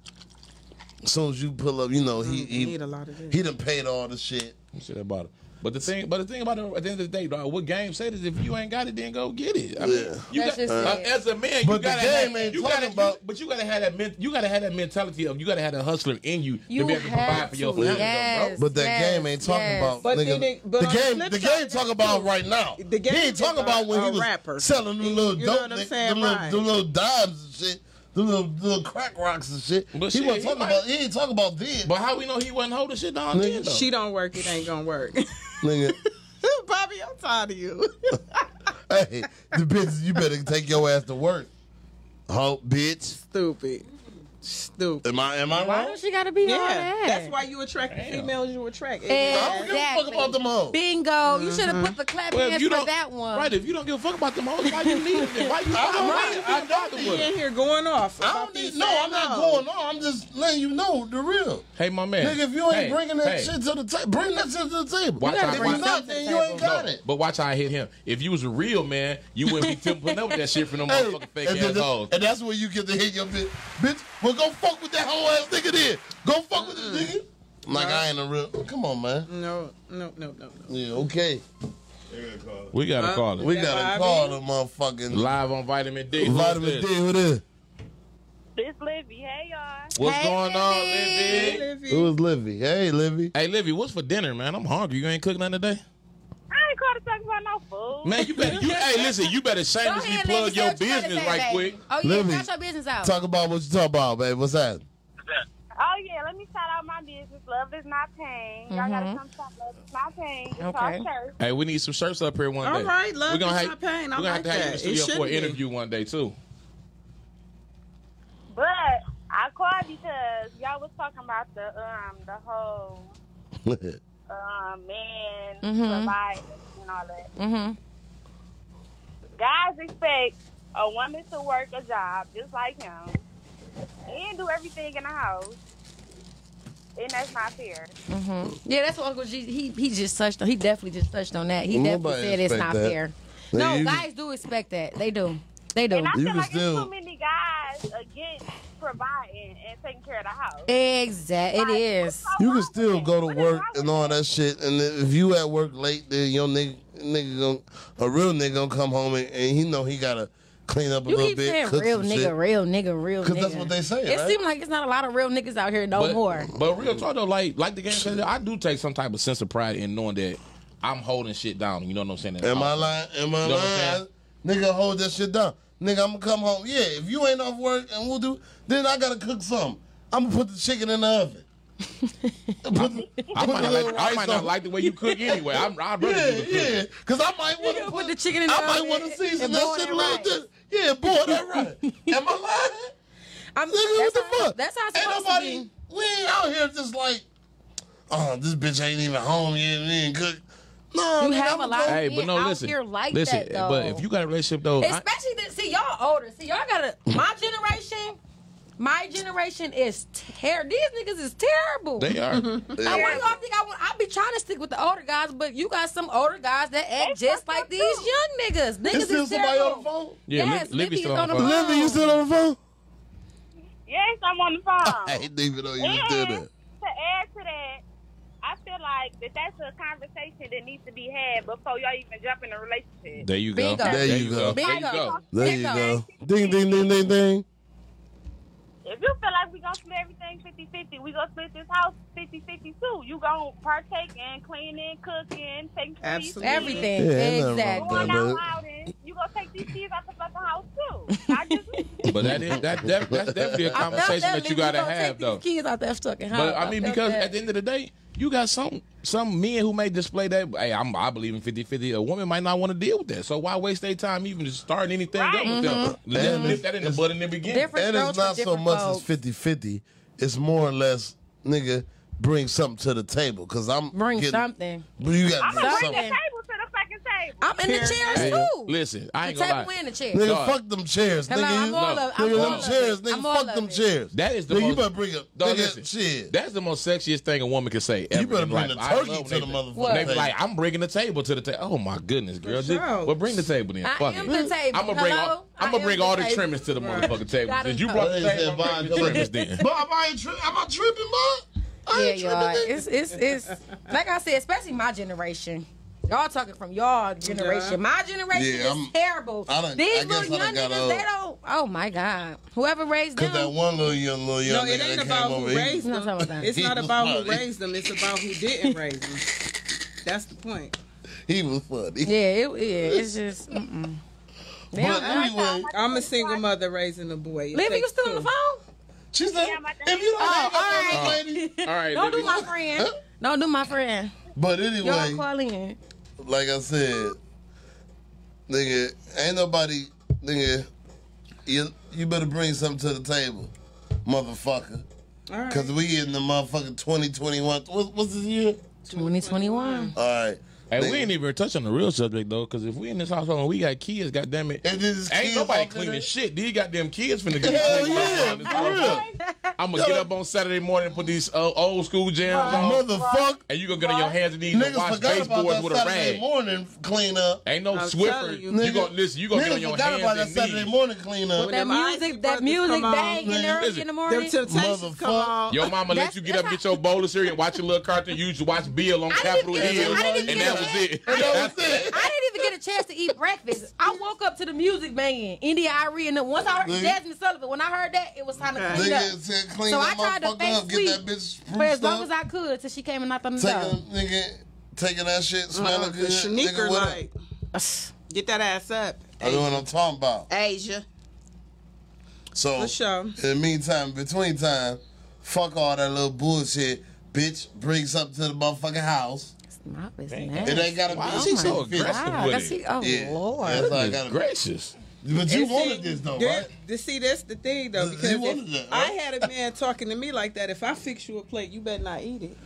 As soon as you pull up, you know he he Mm, need a lot of this. he done paid all the shit. You said about it. But the thing, but the thing about it, at the end of the day, dog, what game said is if you ain't got it, then go get it. I mean, Yeah. you That's got, just uh, it. as a man, you But the gotta game have, ain't you talking gotta, you- about- but you gotta have that, men, you gotta have that mentality of you gotta have that hustler in you, You to be able to have provide for your to, family, though, yes. But that Yes, game ain't talking yes. about But nigga, then it- but the on the game. flip The side game of talking that, about too, right now. the game he ain't is talking a- about when a he was rapper. selling the little You know dope, what I'm nigga, saying? the little, Right. the little dimes and shit, the little little crack rocks and shit. But he shit, wasn't he talking might- about. He ain't talking about then, But how we know he wasn't holding shit down then? Though? she don't work, it ain't gonna work. nigga. Bobby, I'm tired of you. hey, the bitch, you better take your ass to work, hoe, bitch. Stupid. Stupid. Am I am I Why wrong? does she gotta be all Yeah, that? that's why you attract the females you attract. I don't give a fuck Exactly. about them hoes. Bingo. You should have put the clap Well, hands if you for don't, that one. right? If you don't give a fuck about them hoes, why you leave them? Why you? I don't why need- you I don't being bothered need with in them? here going off. I about don't need, these no, I'm not females. going on. I'm just letting you know the real. Hey, my man. Nigga, if you ain't Hey, bringing that hey. shit to the table, bring that shit to the table. Watch out, if watch you not, out. then you ain't got it. But watch how I hit him. If you was a real man, you wouldn't be tim- putting up with that shit from them motherfucking fake and, then- ass hoes. and that's where you get to hit your bitch. Bitch, well, go fuck with that whole ass nigga then. Go fuck with Mm. this nigga. I'm like, I ain't a real. Come on, man. No, no, no, no, no. Yeah, okay. We gotta Huh? call it. We that gotta Bobby? call the motherfucking Live on Vitamin D. Who's vitamin D. this? Who this? This Livy, hey y'all. What's Hey, going on, Livy. Livy? It was Livy. Hey, Livy. Hey, Livy, what's for dinner, man? I'm hungry. You ain't cooking nothing today, I ain't called to talk about no food. man. You better. You, hey, listen, you better Go shamelessly ahead, plug Livy, your say what you gotta business say, right babe. quick. Oh yeah, Livy. shout your business out. Talk about what you talking about, babe. What's that? Oh yeah, let me shout out my business. Love is not pain. Y'all gotta come shop. Love is not pain. It's Okay. our church. Hey, we need some shirts up here one All day. right, love We're gonna is have- not pain. I We're gonna have like to have you in the that. It studio for an shouldn't be. interview one day too. But I called because y'all was talking about the um the whole um man providing and all that. Mm-hmm. Guys expect a woman to work a job just like him and do everything in the house. And that's not fair. Yeah, that's what Uncle G. He he just touched on. He definitely just touched on that. He Nobody definitely said it's expect not that. fair. Nigga, no, you- guys do expect that. They do. They do. And I You feel can like still- there's too many guys against providing and taking care of the house. Exact. It Like, is. what's so You wrong can still with go it? to What is work wrong and with all it? that shit, and if you at work late, then your nigga, nigga gonna, a real nigga gonna come home and, and he know he gotta clean up a You little keep bit, saying cook real some nigga, shit. real nigga, real nigga. 'Cause that's what they say, It right? seems like it's not a lot of real niggas out here no but, Oh, more. But real talk though, like like the game said, I do take some type of sense of pride in knowing that I'm holding shit down. You know what I'm saying? Am I lying? Am I You know what I'm lying? Nigga, hold that shit down. nigga, I'm gonna come home. Yeah, if you ain't off work and we'll do, then I gotta cook something. I'm gonna put the chicken in the oven. Put the- I put might, the not little like, I rice might not on- like the way you cook anyway. I'm, I'd rather Yeah, do the cook. yeah, because I might want to gonna put the chicken in the I might oven want to season and that boil shit a that little rice. different. Yeah, boil that right. Am I lying? I'm, Nigga, what that's the how, fuck? That's how it's ain't supposed nobody, to be. We ain't out here just like, oh, this bitch ain't even home yet. We ain't cook. No, You nigga, have I'ma a lot- go- Hey, but being no, out listen. here like listen, that, though. but if you got a relationship though, I- Especially that. See, y'all older. See, y'all gotta. My generation, my generation is terrible. These niggas is terrible. they are. They I, are. why y'all think I want? I be trying to stick with the older guys, but you got some older guys that act just like these young niggas. Niggas It's still is somebody on the terrible. phone. Yeah, Yes, Libby, Libby's Libby still is on the on the phone. phone. Livy, you still on the phone? Yes, I'm on the phone. I didn't even know you was doing And that. to add to that, I feel like that that's a conversation that needs to be had before y'all even jump in a relationship. There you go. Bingo. There you go. There you go. Bingo. There you go. Ding, ding, ding, ding, ding. If you feel like we gonna split everything 50-50, we gonna split this house 50-50 too. You gonna partake in cleaning, cooking, taking these Absolutely. Everything. Yeah, ain't nothing wrong exactly. with going Yeah, but- out loud, and you gonna take these kids out the fucking house too. I just But that is that, def- that's definitely a I felt conversation that, Libby. you gotta gonna have take these though. Kids out that fucking house. But I mean, felt because that. at the end of the day, you got some some men who may display that. Hey, I'm, I believe in 50-50. A woman might not want to deal with that, so why waste their time even just starting anything up with them? Let's And nip that in the it's- bud in the beginning. Mm-hmm. Different- And it's Girls for not so different much as folks. 50 50. It's more or less, nigga, bring something to the table. Because I'm. Bring getting- something. But you got I'm to bring gonna bring something. the table to the fucking table. I'm in the chairs Hey, too. listen, I ain't the gonna table lie. in the chairs. Nigga, Dog. fuck them chairs, Hello, nigga. I'm you, all of- I'm nigga, all them of chairs, it. nigga. I'm all Fuck of them it. chairs. That is the nigga, most. you better bring a Dog, nigga listen, shit. That's the most sexiest thing a woman can say. Ever better in bring life. the I turkey love to when the they- motherfucker when They be table. like, I'm bringing the table to the table. Oh my goodness, girl. Just, sure. well, bring the table then. I Fuck am it. the table. I'm gonna bring Hello? all. I'm I gonna am bring the all the table. trimmers to the motherfucking table. Gotta Since you know. brought the What is table, that, I'm Von bringing the trimmers then. But am I, tri- am I tripping, man? I Yeah, ain't y'all. tripping. nigga. It's it's it's like I said, especially my generation. Y'all talking from y'all generation. Yeah. My generation Yeah, is I'm- terrible. I done- These I guess little I done young got niggas, old. they don't. Oh my god, whoever raised Cause that them. one little young little No, young it nigga ain't that about came over who here. raised No, them. it's not about that. It's not was about who funny. raised them. It's about who didn't raise them. That's the point. He was funny. Yeah, it, yeah, it's just. Mm-mm. They But don't- anyway, I'm a single mother raising a boy. It Livy, you takes still two. on the phone? she said, Yeah, my if you don't Oh, hang up all on this lady. All right, Don't do Libby. my friend. Don't do my friend. But Y'all anyway, call in. like I said, nigga, ain't nobody, nigga, you, you better bring something to the table, motherfucker. All right. Cause we in the motherfucking 2021. What, what's this year? 2021. All right. Hey, Nigga, we ain't even touching the real subject though, because if we in this household and we got kids, goddamn it, And this is ain't kids nobody out there. cleaning shit. These goddamn kids finna get Hell cleaned yeah, up. for real. I'm gonna get up on Saturday morning and put these uh, old school jams on, Motherfucker. and you gonna get on your hands and knees and Niggas wash forgot about baseboards that with a Saturday rag. morning cleanup. Ain't no I'm Swiffer. telling You, you. Nigga- gonna listen. You gonna get on Niggas your forgot about that hands and Saturday knees. morning cleanup. When That them music, Isaac that brothers music come out, bang in there early listen, in the Them morning. temptations come Motherfucker. on. Your mama let Oh, That's- you get up, get your bowl of cereal, and watch your little cartoon. You used to watch Bill on I Capitol didn't get- Hill, I didn't and get that a- was it. And that was it. I didn't even get a chance to eat breakfast. I woke up to the music banging, India Irie, and then once I heard Nigga. Jasmine Sullivan, when I heard that, it was time to clean up. Nigga said clean So I that tried to motherfucker fake up, get that sweet bitch For as long spruced as up. I could, till she came and knocked on the door. Taking, nigga, taking that shit, smelling Uh, good. the sneaker nigga, what up? like, get that ass up. I know what I'm talking about. Asia. So, For sure. in the meantime, between time, fuck all that little bullshit. Bitch, bring something to the motherfucking house. My business. It ain't gotta be. Wow, she she's so said fifty. aggressive Wow, with that's it. she, oh Yeah. lord. That's all I Goodness gotta gracious. But you And wanted see, this though, that- right? to see, that's the thing though, You because if wanted that, I right? had a man talking to me like that. If I fix you a plate, you better not eat it.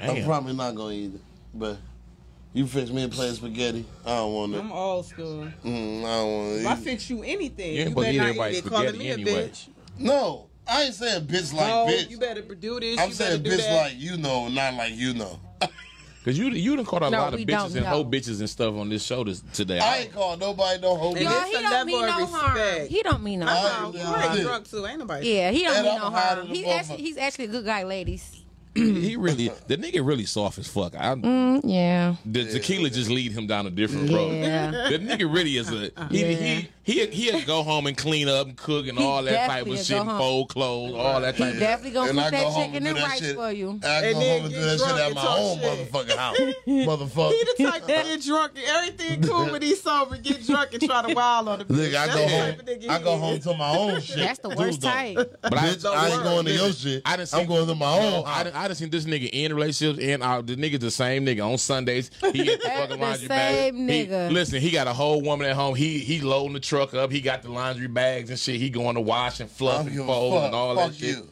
I'm Damn. probably not gonna eat it, but you fix me a plate of spaghetti. I don't want it. I'm old school. Mm, I don't want it. If I either. fix you anything, You you, ain't supposed to better eat not everybody's eat it. Calling me spaghetti a anyway. bitch. no, I ain't saying bitch like oh, bitch. you better do this. I'm you saying better do bitch that. like you know, not like you know. Cause you you done caught a No, lot of we bitches don't and know. whole bitches and stuff on this show this, today. I ain't called nobody no hoe. And Y'all, bitch. it's he a don't mean level no of harm. respect. He don't mean no I- harm. Oh, Yeah. you ain't Yeah. drunk too. Ain't nobody. Yeah, he don't And mean I'm no hiding harm. the He motherfucker. actually, he's actually a good guy, ladies. he really the nigga really soft as fuck. I, Mm, yeah. the tequila just lead him down a different road. Yeah. The nigga really is a he. Yeah. He, He he'd go home and clean up and cook and He all that type definitely of go shit, and home. fold clothes, all that type. He of definitely gonna And I cook go that home and chicken do and that rice shit. for you. I And go then home and do get that shit drunk at and my talk own shit. motherfucking house, He the motherfucker. type to get drunk, and everything cool, but he's sober. Get drunk and try to wild on the bitch. Nigga, I That's go the type home. of nigga I he go is. home to my own shit. That's the too, worst though. type. But Bitch, I, I ain't going to your Listen, shit. I done seen, I'm going to my own. Oh, I house. done, I done seen this nigga in relationships and out. The nigga the same nigga on Sundays. He at the fucking The laundry bag. same He- nigga. listen, he got a whole woman at home. He he loading the truck up. He got the laundry bags and shit. He going to wash and I fluff don't and give a fold fuck. and all Fuck that shit. you.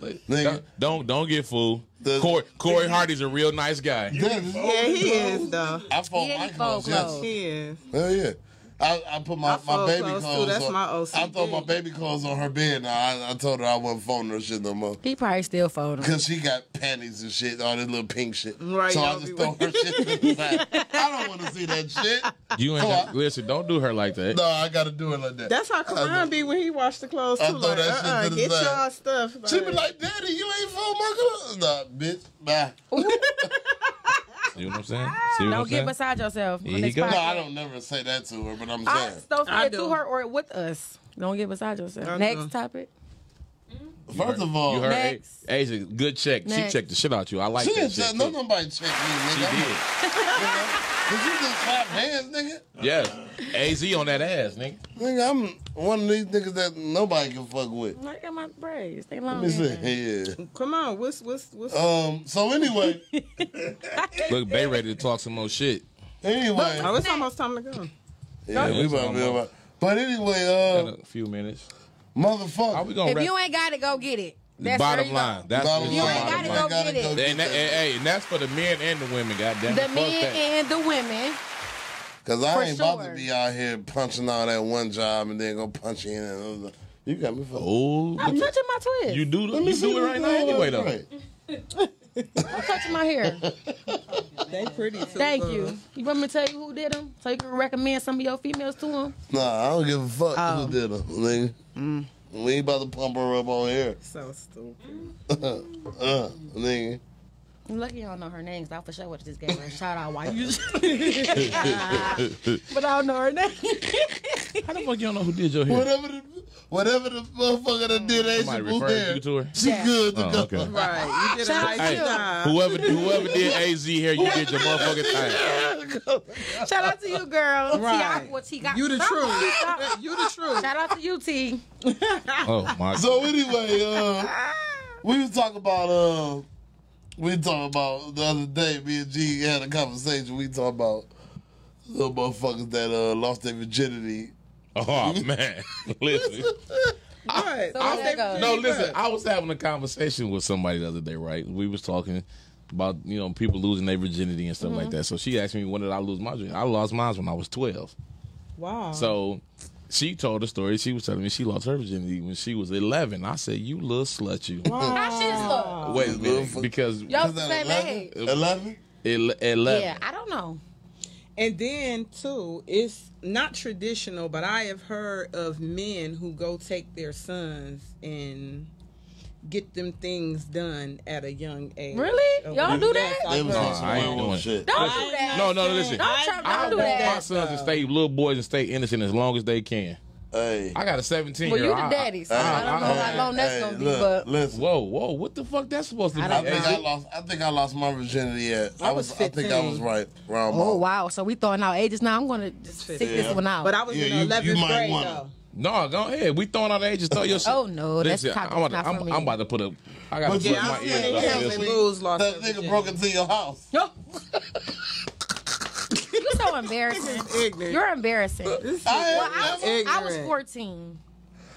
Like, Nigga. Don't, don't don't get fooled. The- Corey, Corey Hardy's a real nice guy. This- Yeah, he is though. I fold Yeah, my he fold clothes. Yes. clothes. He is. Hell yeah. I, I put my, I my fold baby clothes, clothes, too. That's on. my I OCD. throw my baby clothes on her bed. Now I, I told her I wasn't phoning her shit no more. He probably still folding. Cause she got panties and shit, all this little pink shit. Right, So I y'all just be throw her shit to the side. I don't want to see that shit. You ain't Oh, got, I- listen. Don't do her like that. No, I gotta do it like that. That's how I Karan be when he wash the clothes too. I throw like, that shit to uh-uh, the get side. y'all stuff. She be like, Daddy, you ain't fold my clothes. Nah, bitch. Bye. See what I'm saying? See what I'm Ah, Don't get saying? beside yourself. Here on he this go. No, I podcast. don't never say that to her, but I'm I saying. stole I it to do. her or with us. Don't get beside yourself. I Next do. topic. First of all, you heard Next. A- Asia, good check. She Next. checked the shit out you. I like she that didn't shit. check, no, too. nobody checked me, She nigga. did. Did you just clap hands, nigga? Yes. AZ on that ass, nigga. Nigga, I'm one of these niggas that nobody can fuck with. Look at my braids. They Let long. me ain't they? see. Yeah. Come on, what's what's what's? Um. So anyway, Look, Bay ready to talk some more shit. anyway, oh, it's almost time to go. yeah, we about to be about. But anyway, uh, Got a few minutes. How we motherfucker. gonna If wrap? you ain't got it, go get it. That's where bottom you line. That's Bottom the You ain't line, gotta I go gotta get it. get And, that- that. and- hey, and that's for the men and the women. Goddamn. The go. The Fuck men that. and the women. Cause I For ain't about to sure. be out here punching all that one job and then go punch you in another. You got me fucked. oh, but I'm you- touching my twist. you do. You do it right now anyway, though. I'm touching my hair. They pretty. Too, Thank girl. you. You want me to tell you who did them? So you can recommend some of your females to them? Nah, I don't give a fuck Oh. who did it, nigga. We ain't about to pump her up on here, So stupid. Mm-hmm. uh, nigga. I'm lucky I don't know her name, 'cause I for sure would just gave her a shout out while you. but I don't know her name. How the fuck you don't know who did your hair? Whatever the, whatever the motherfucker that did that Somebody shit, who referred there, you to her. she Yeah. good to Oh, go. okay. Right, you did a Shout out nice to you. job. Whoever whoever did AZ hair, you did your motherfucking thing. Shout out to you, girl. Right. T. I, well, T got You the Stop. truth. Stop. You the truth. Shout out to you, T. Oh my. So anyway, uh, we was talking about uh, we talking about the other day. Me and G had a conversation. We talking about the motherfuckers that uh, lost their virginity. oh man. Listen. Right. So there goes. No, listen. I was having a conversation with somebody the other day, right? We was talking about you know people losing their virginity and stuff Mm-hmm. like that. So she asked me when did I lose my virginity? I lost mine when I was twelve. Wow. So she told a story. She was telling me she lost her virginity when she was eleven. I said, "You little slut, you." How shit look? Wait a You minute, little because Y'all the Is that same 11? age. Eleven. ele- eleven. Yeah, I don't know. And then too, it's not traditional, but I have heard of men who go take their sons and get them things done at a young age. Really? Oh, Y'all do yes, that? I've They was heard on that. some I ain't werewolf doing it. shit. Don't I'm do that. not No, no, saying- listen. Don't try- I I don't do want that. my sons to stay little boys and stay innocent as long as they can. Hey. I got a seventeen. Well, you year the old. daddy, so Hey, I don't know hey, how long that's hey, gonna be, look, but listen. Whoa, whoa! What the fuck? That's supposed to be. I don't think Hey, I lost. I think I lost my virginity at. I, I was. was I think I 15. was right. Round Oh wow! So we throwing out ages now. I'm gonna just Fit stick this it. one out. But I was Yeah, in you- the you eleventh might grade wanna- though. No, go ahead. We throwing out the ages. Throw your shit. Oh, no, that's topic I'm, about not to, I'm, for me. I'm about to put a. I got to But put yeah, my I'm ears saying up. Kelly Yes, Boo- we- Blues lost That their nigga virginity. broke into your house. You're so embarrassing. Ignorant. You're embarrassing. Uh, I, Well, I am- was, I was Ignorant. 14.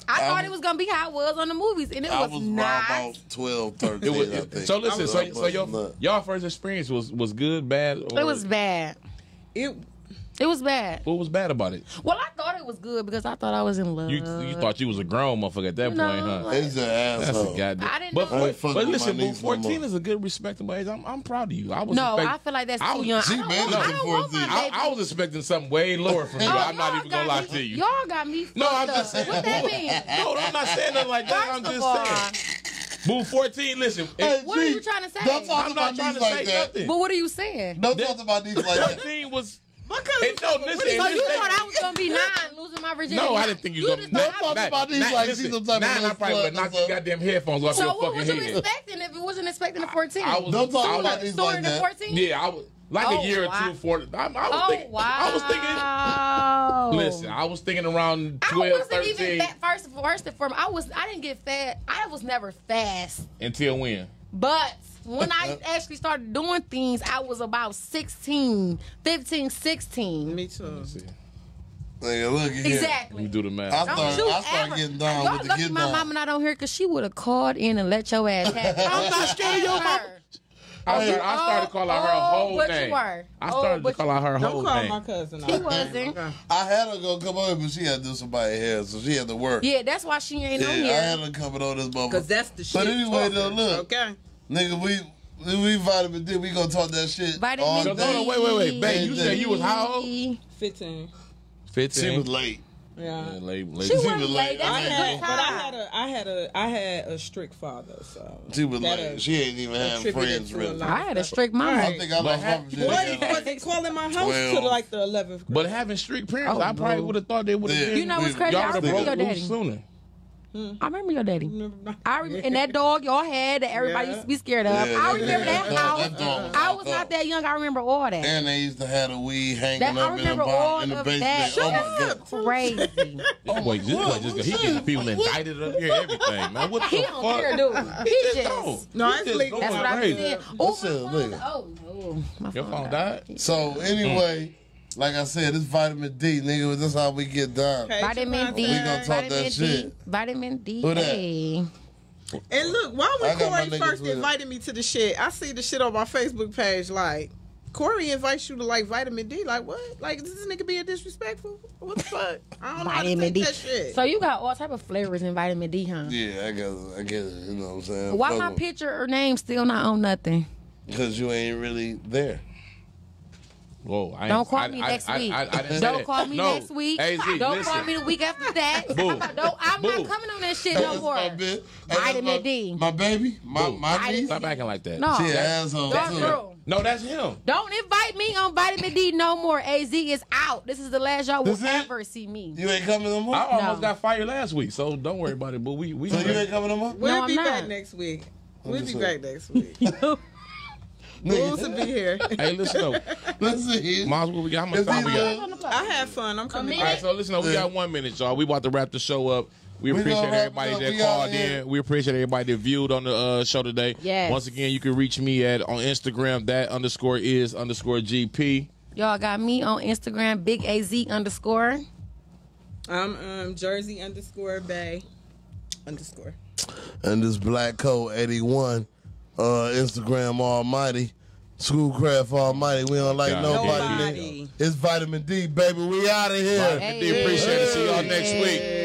I thought I'm- it was gonna be how it was on the movies, and it I was, was not. around about 12, 13, It was, I think. so listen, so, so your Look, y'all first experience was was good, bad. Or, It was bad. It It was bad. What was bad about it? Well, I thought it was good because I thought I was in love. You you thought you was a grown motherfucker at that You know, point, huh? like- It's an That's asshole. a goddamn. I didn't but, know. I ain't but fucking with listen, my but niece no more. fourteen is a good respectable age. I'm, I'm proud of you. I was no, I expecting- feel like that's I too was- young. She I don't, married want, I don't at want my 14. baby. I, I was expecting something way lower from you. Oh, I'm not y'all even gonna got lie me- to you. Y'all got me. No, fucked I'm just up. saying. What that mean? No, I'm not saying nothing like that. I'm First of all, just saying. Boo, fourteen. Listen, if- Hey, What are you G, trying to say? Don't talk I'm about not trying these to like say that. nothing. but what are you saying? Don't talk about these like that. Fourteen was My cousin. Hey, no, listen, What is- So listen. you thought I was gonna be nine, losing my virginity? No, I didn't think you You was just gonna. thought I was- Not- about these like she's some type of nah, little not probably, slut but knock or your goddamn headphones off So your what fucking was you head. expecting if you wasn't expecting a fourteen? I was, Don't talk I was- about these Story like to that. fourteen. Yeah, I was like Oh, a year wow. or two for. I, I was Oh thinking. wow. I was thinking. Listen, I was thinking around Oh. I 12, wasn't even 13 fat first first and foremost. I was I didn't get fat. I was never fast. until when? But when I actually started doing things, I was about 16, 15, 16. Me too. Let's see. Nigga, look at Let me Exactly. do the math. I Don't thought- you I started ever. getting down Y'all with the lucky get my down. mama not on here because she would have called in and let your ass have it. I'm not scared of your mama. I started, I started Oh, calling her her oh, whole but you name. were. I Oh, started but to call her her Don't whole call name. my cousin. She wasn't. I had her go come over, but she had to do somebody's hair, so she had to work. Yeah, that's why she ain't Yeah, on I had here. her coming on this Because motherfucker. that's the shit. But anyway, though, talking. look. Okay. Nigga, we we vitamin D, we gonna talk that shit Vitamin all So, day. hold on, wait, wait, wait. Babe, you said you was how old? 15. 15. She was late. Yeah. Yeah, late, late. She was wasn't like- late. That's I a had, good but I had time. a, I had a, I had a strict father. So She was that, uh, late. She ain't even have attributed friends to a really. lot. I had a strict mama. I think I lost my But- virginity. Boy, at, he like, wasn't calling my house till Well. like the 11th grade. But having strict parents, Oh, I probably no. would have thought they would have Yeah. been. You know what's We- crazy? Y'all I would have would've remember broke your loose daddy. sooner. I remember your daddy. I Remember- re- and that dog y'all had that everybody used to be scared of. Yeah, I that- remember that that dog- house. that dog was I fucked was up. not that young. I remember all that. and they used to have the weed hanging that I up in the, remember bar, in all the of basement. that. oh my god. Shut up. Crazy. This Oh, boy, this boy just got- he getting people indicted up here, everything, man. What the He fuck? don't care, dude. He just. don't. No, He it's just legal. That's going what I crazy. said. Oh, What's my up, phone. nigga? Oh, no. My Your phone, phone died. died? So anyway, like I said, it's vitamin D, nigga. This is how we get down. Okay, Vitamin D. Javante. We gonna talk that vitamin D. shit. Vitamin D. Who that? Hey. And look, why I when got my Corey niggas first with it. invited me to the shit, I see the shit on my Facebook page like. Corey invites you to like vitamin D. Like what? Like does this nigga being disrespectful? What the fuck? I don't know how to Vitamin take D. that shit. So you got all type of flavors in vitamin D, huh? Yeah, I guess I guess you know what I'm saying. Why my picture or name still not on nothing? Because you ain't really there. Whoa, I ain't- Don't call I- me I- next I- week. I- I didn't say Don't that. call me No. next week. Hey, Z, Don't call listen. me the week after that. Boo. I'm, not, don't, I'm Boo. not coming on that shit no That's my more. bit. Hey, that's Vitamin my- D. My baby, my Boo. my Vitamin niece. Stop acting like that. No. She an That- asshole That's too. true. No, that's him. Don't invite me on vitamin D no more. AZ is out. This is the last y'all will This it? ever see me. You ain't coming no more. I almost No. got fired last week, so don't worry about it. But we we so you ain't coming no more. we'll No, be I'm back not. next week. We'll be Understood. back next week. Rules Nigga, will be here. hey, listen though. let's see. Miles, what we got? How much It's time we got? either- I had fun. I'm coming All right, back. so listen, up, we got one minute, y'all. We about to wrap the show up. We We appreciate gonna wrap everybody it up. that We called out here. in. We appreciate everybody that viewed on the uh, show today. Yes. Once again, you can reach me at on Instagram that underscore is underscore GP. Y'all got me on Instagram, big AZ underscore. I'm um Jersey underscore Bay underscore. and this Black Code 81, uh, Instagram Almighty, Schoolcraft Almighty. We don't like God, nobody. yeah. nigga. It's Vitamin D, baby. We out of here. I do appreciate it. See y'all next week.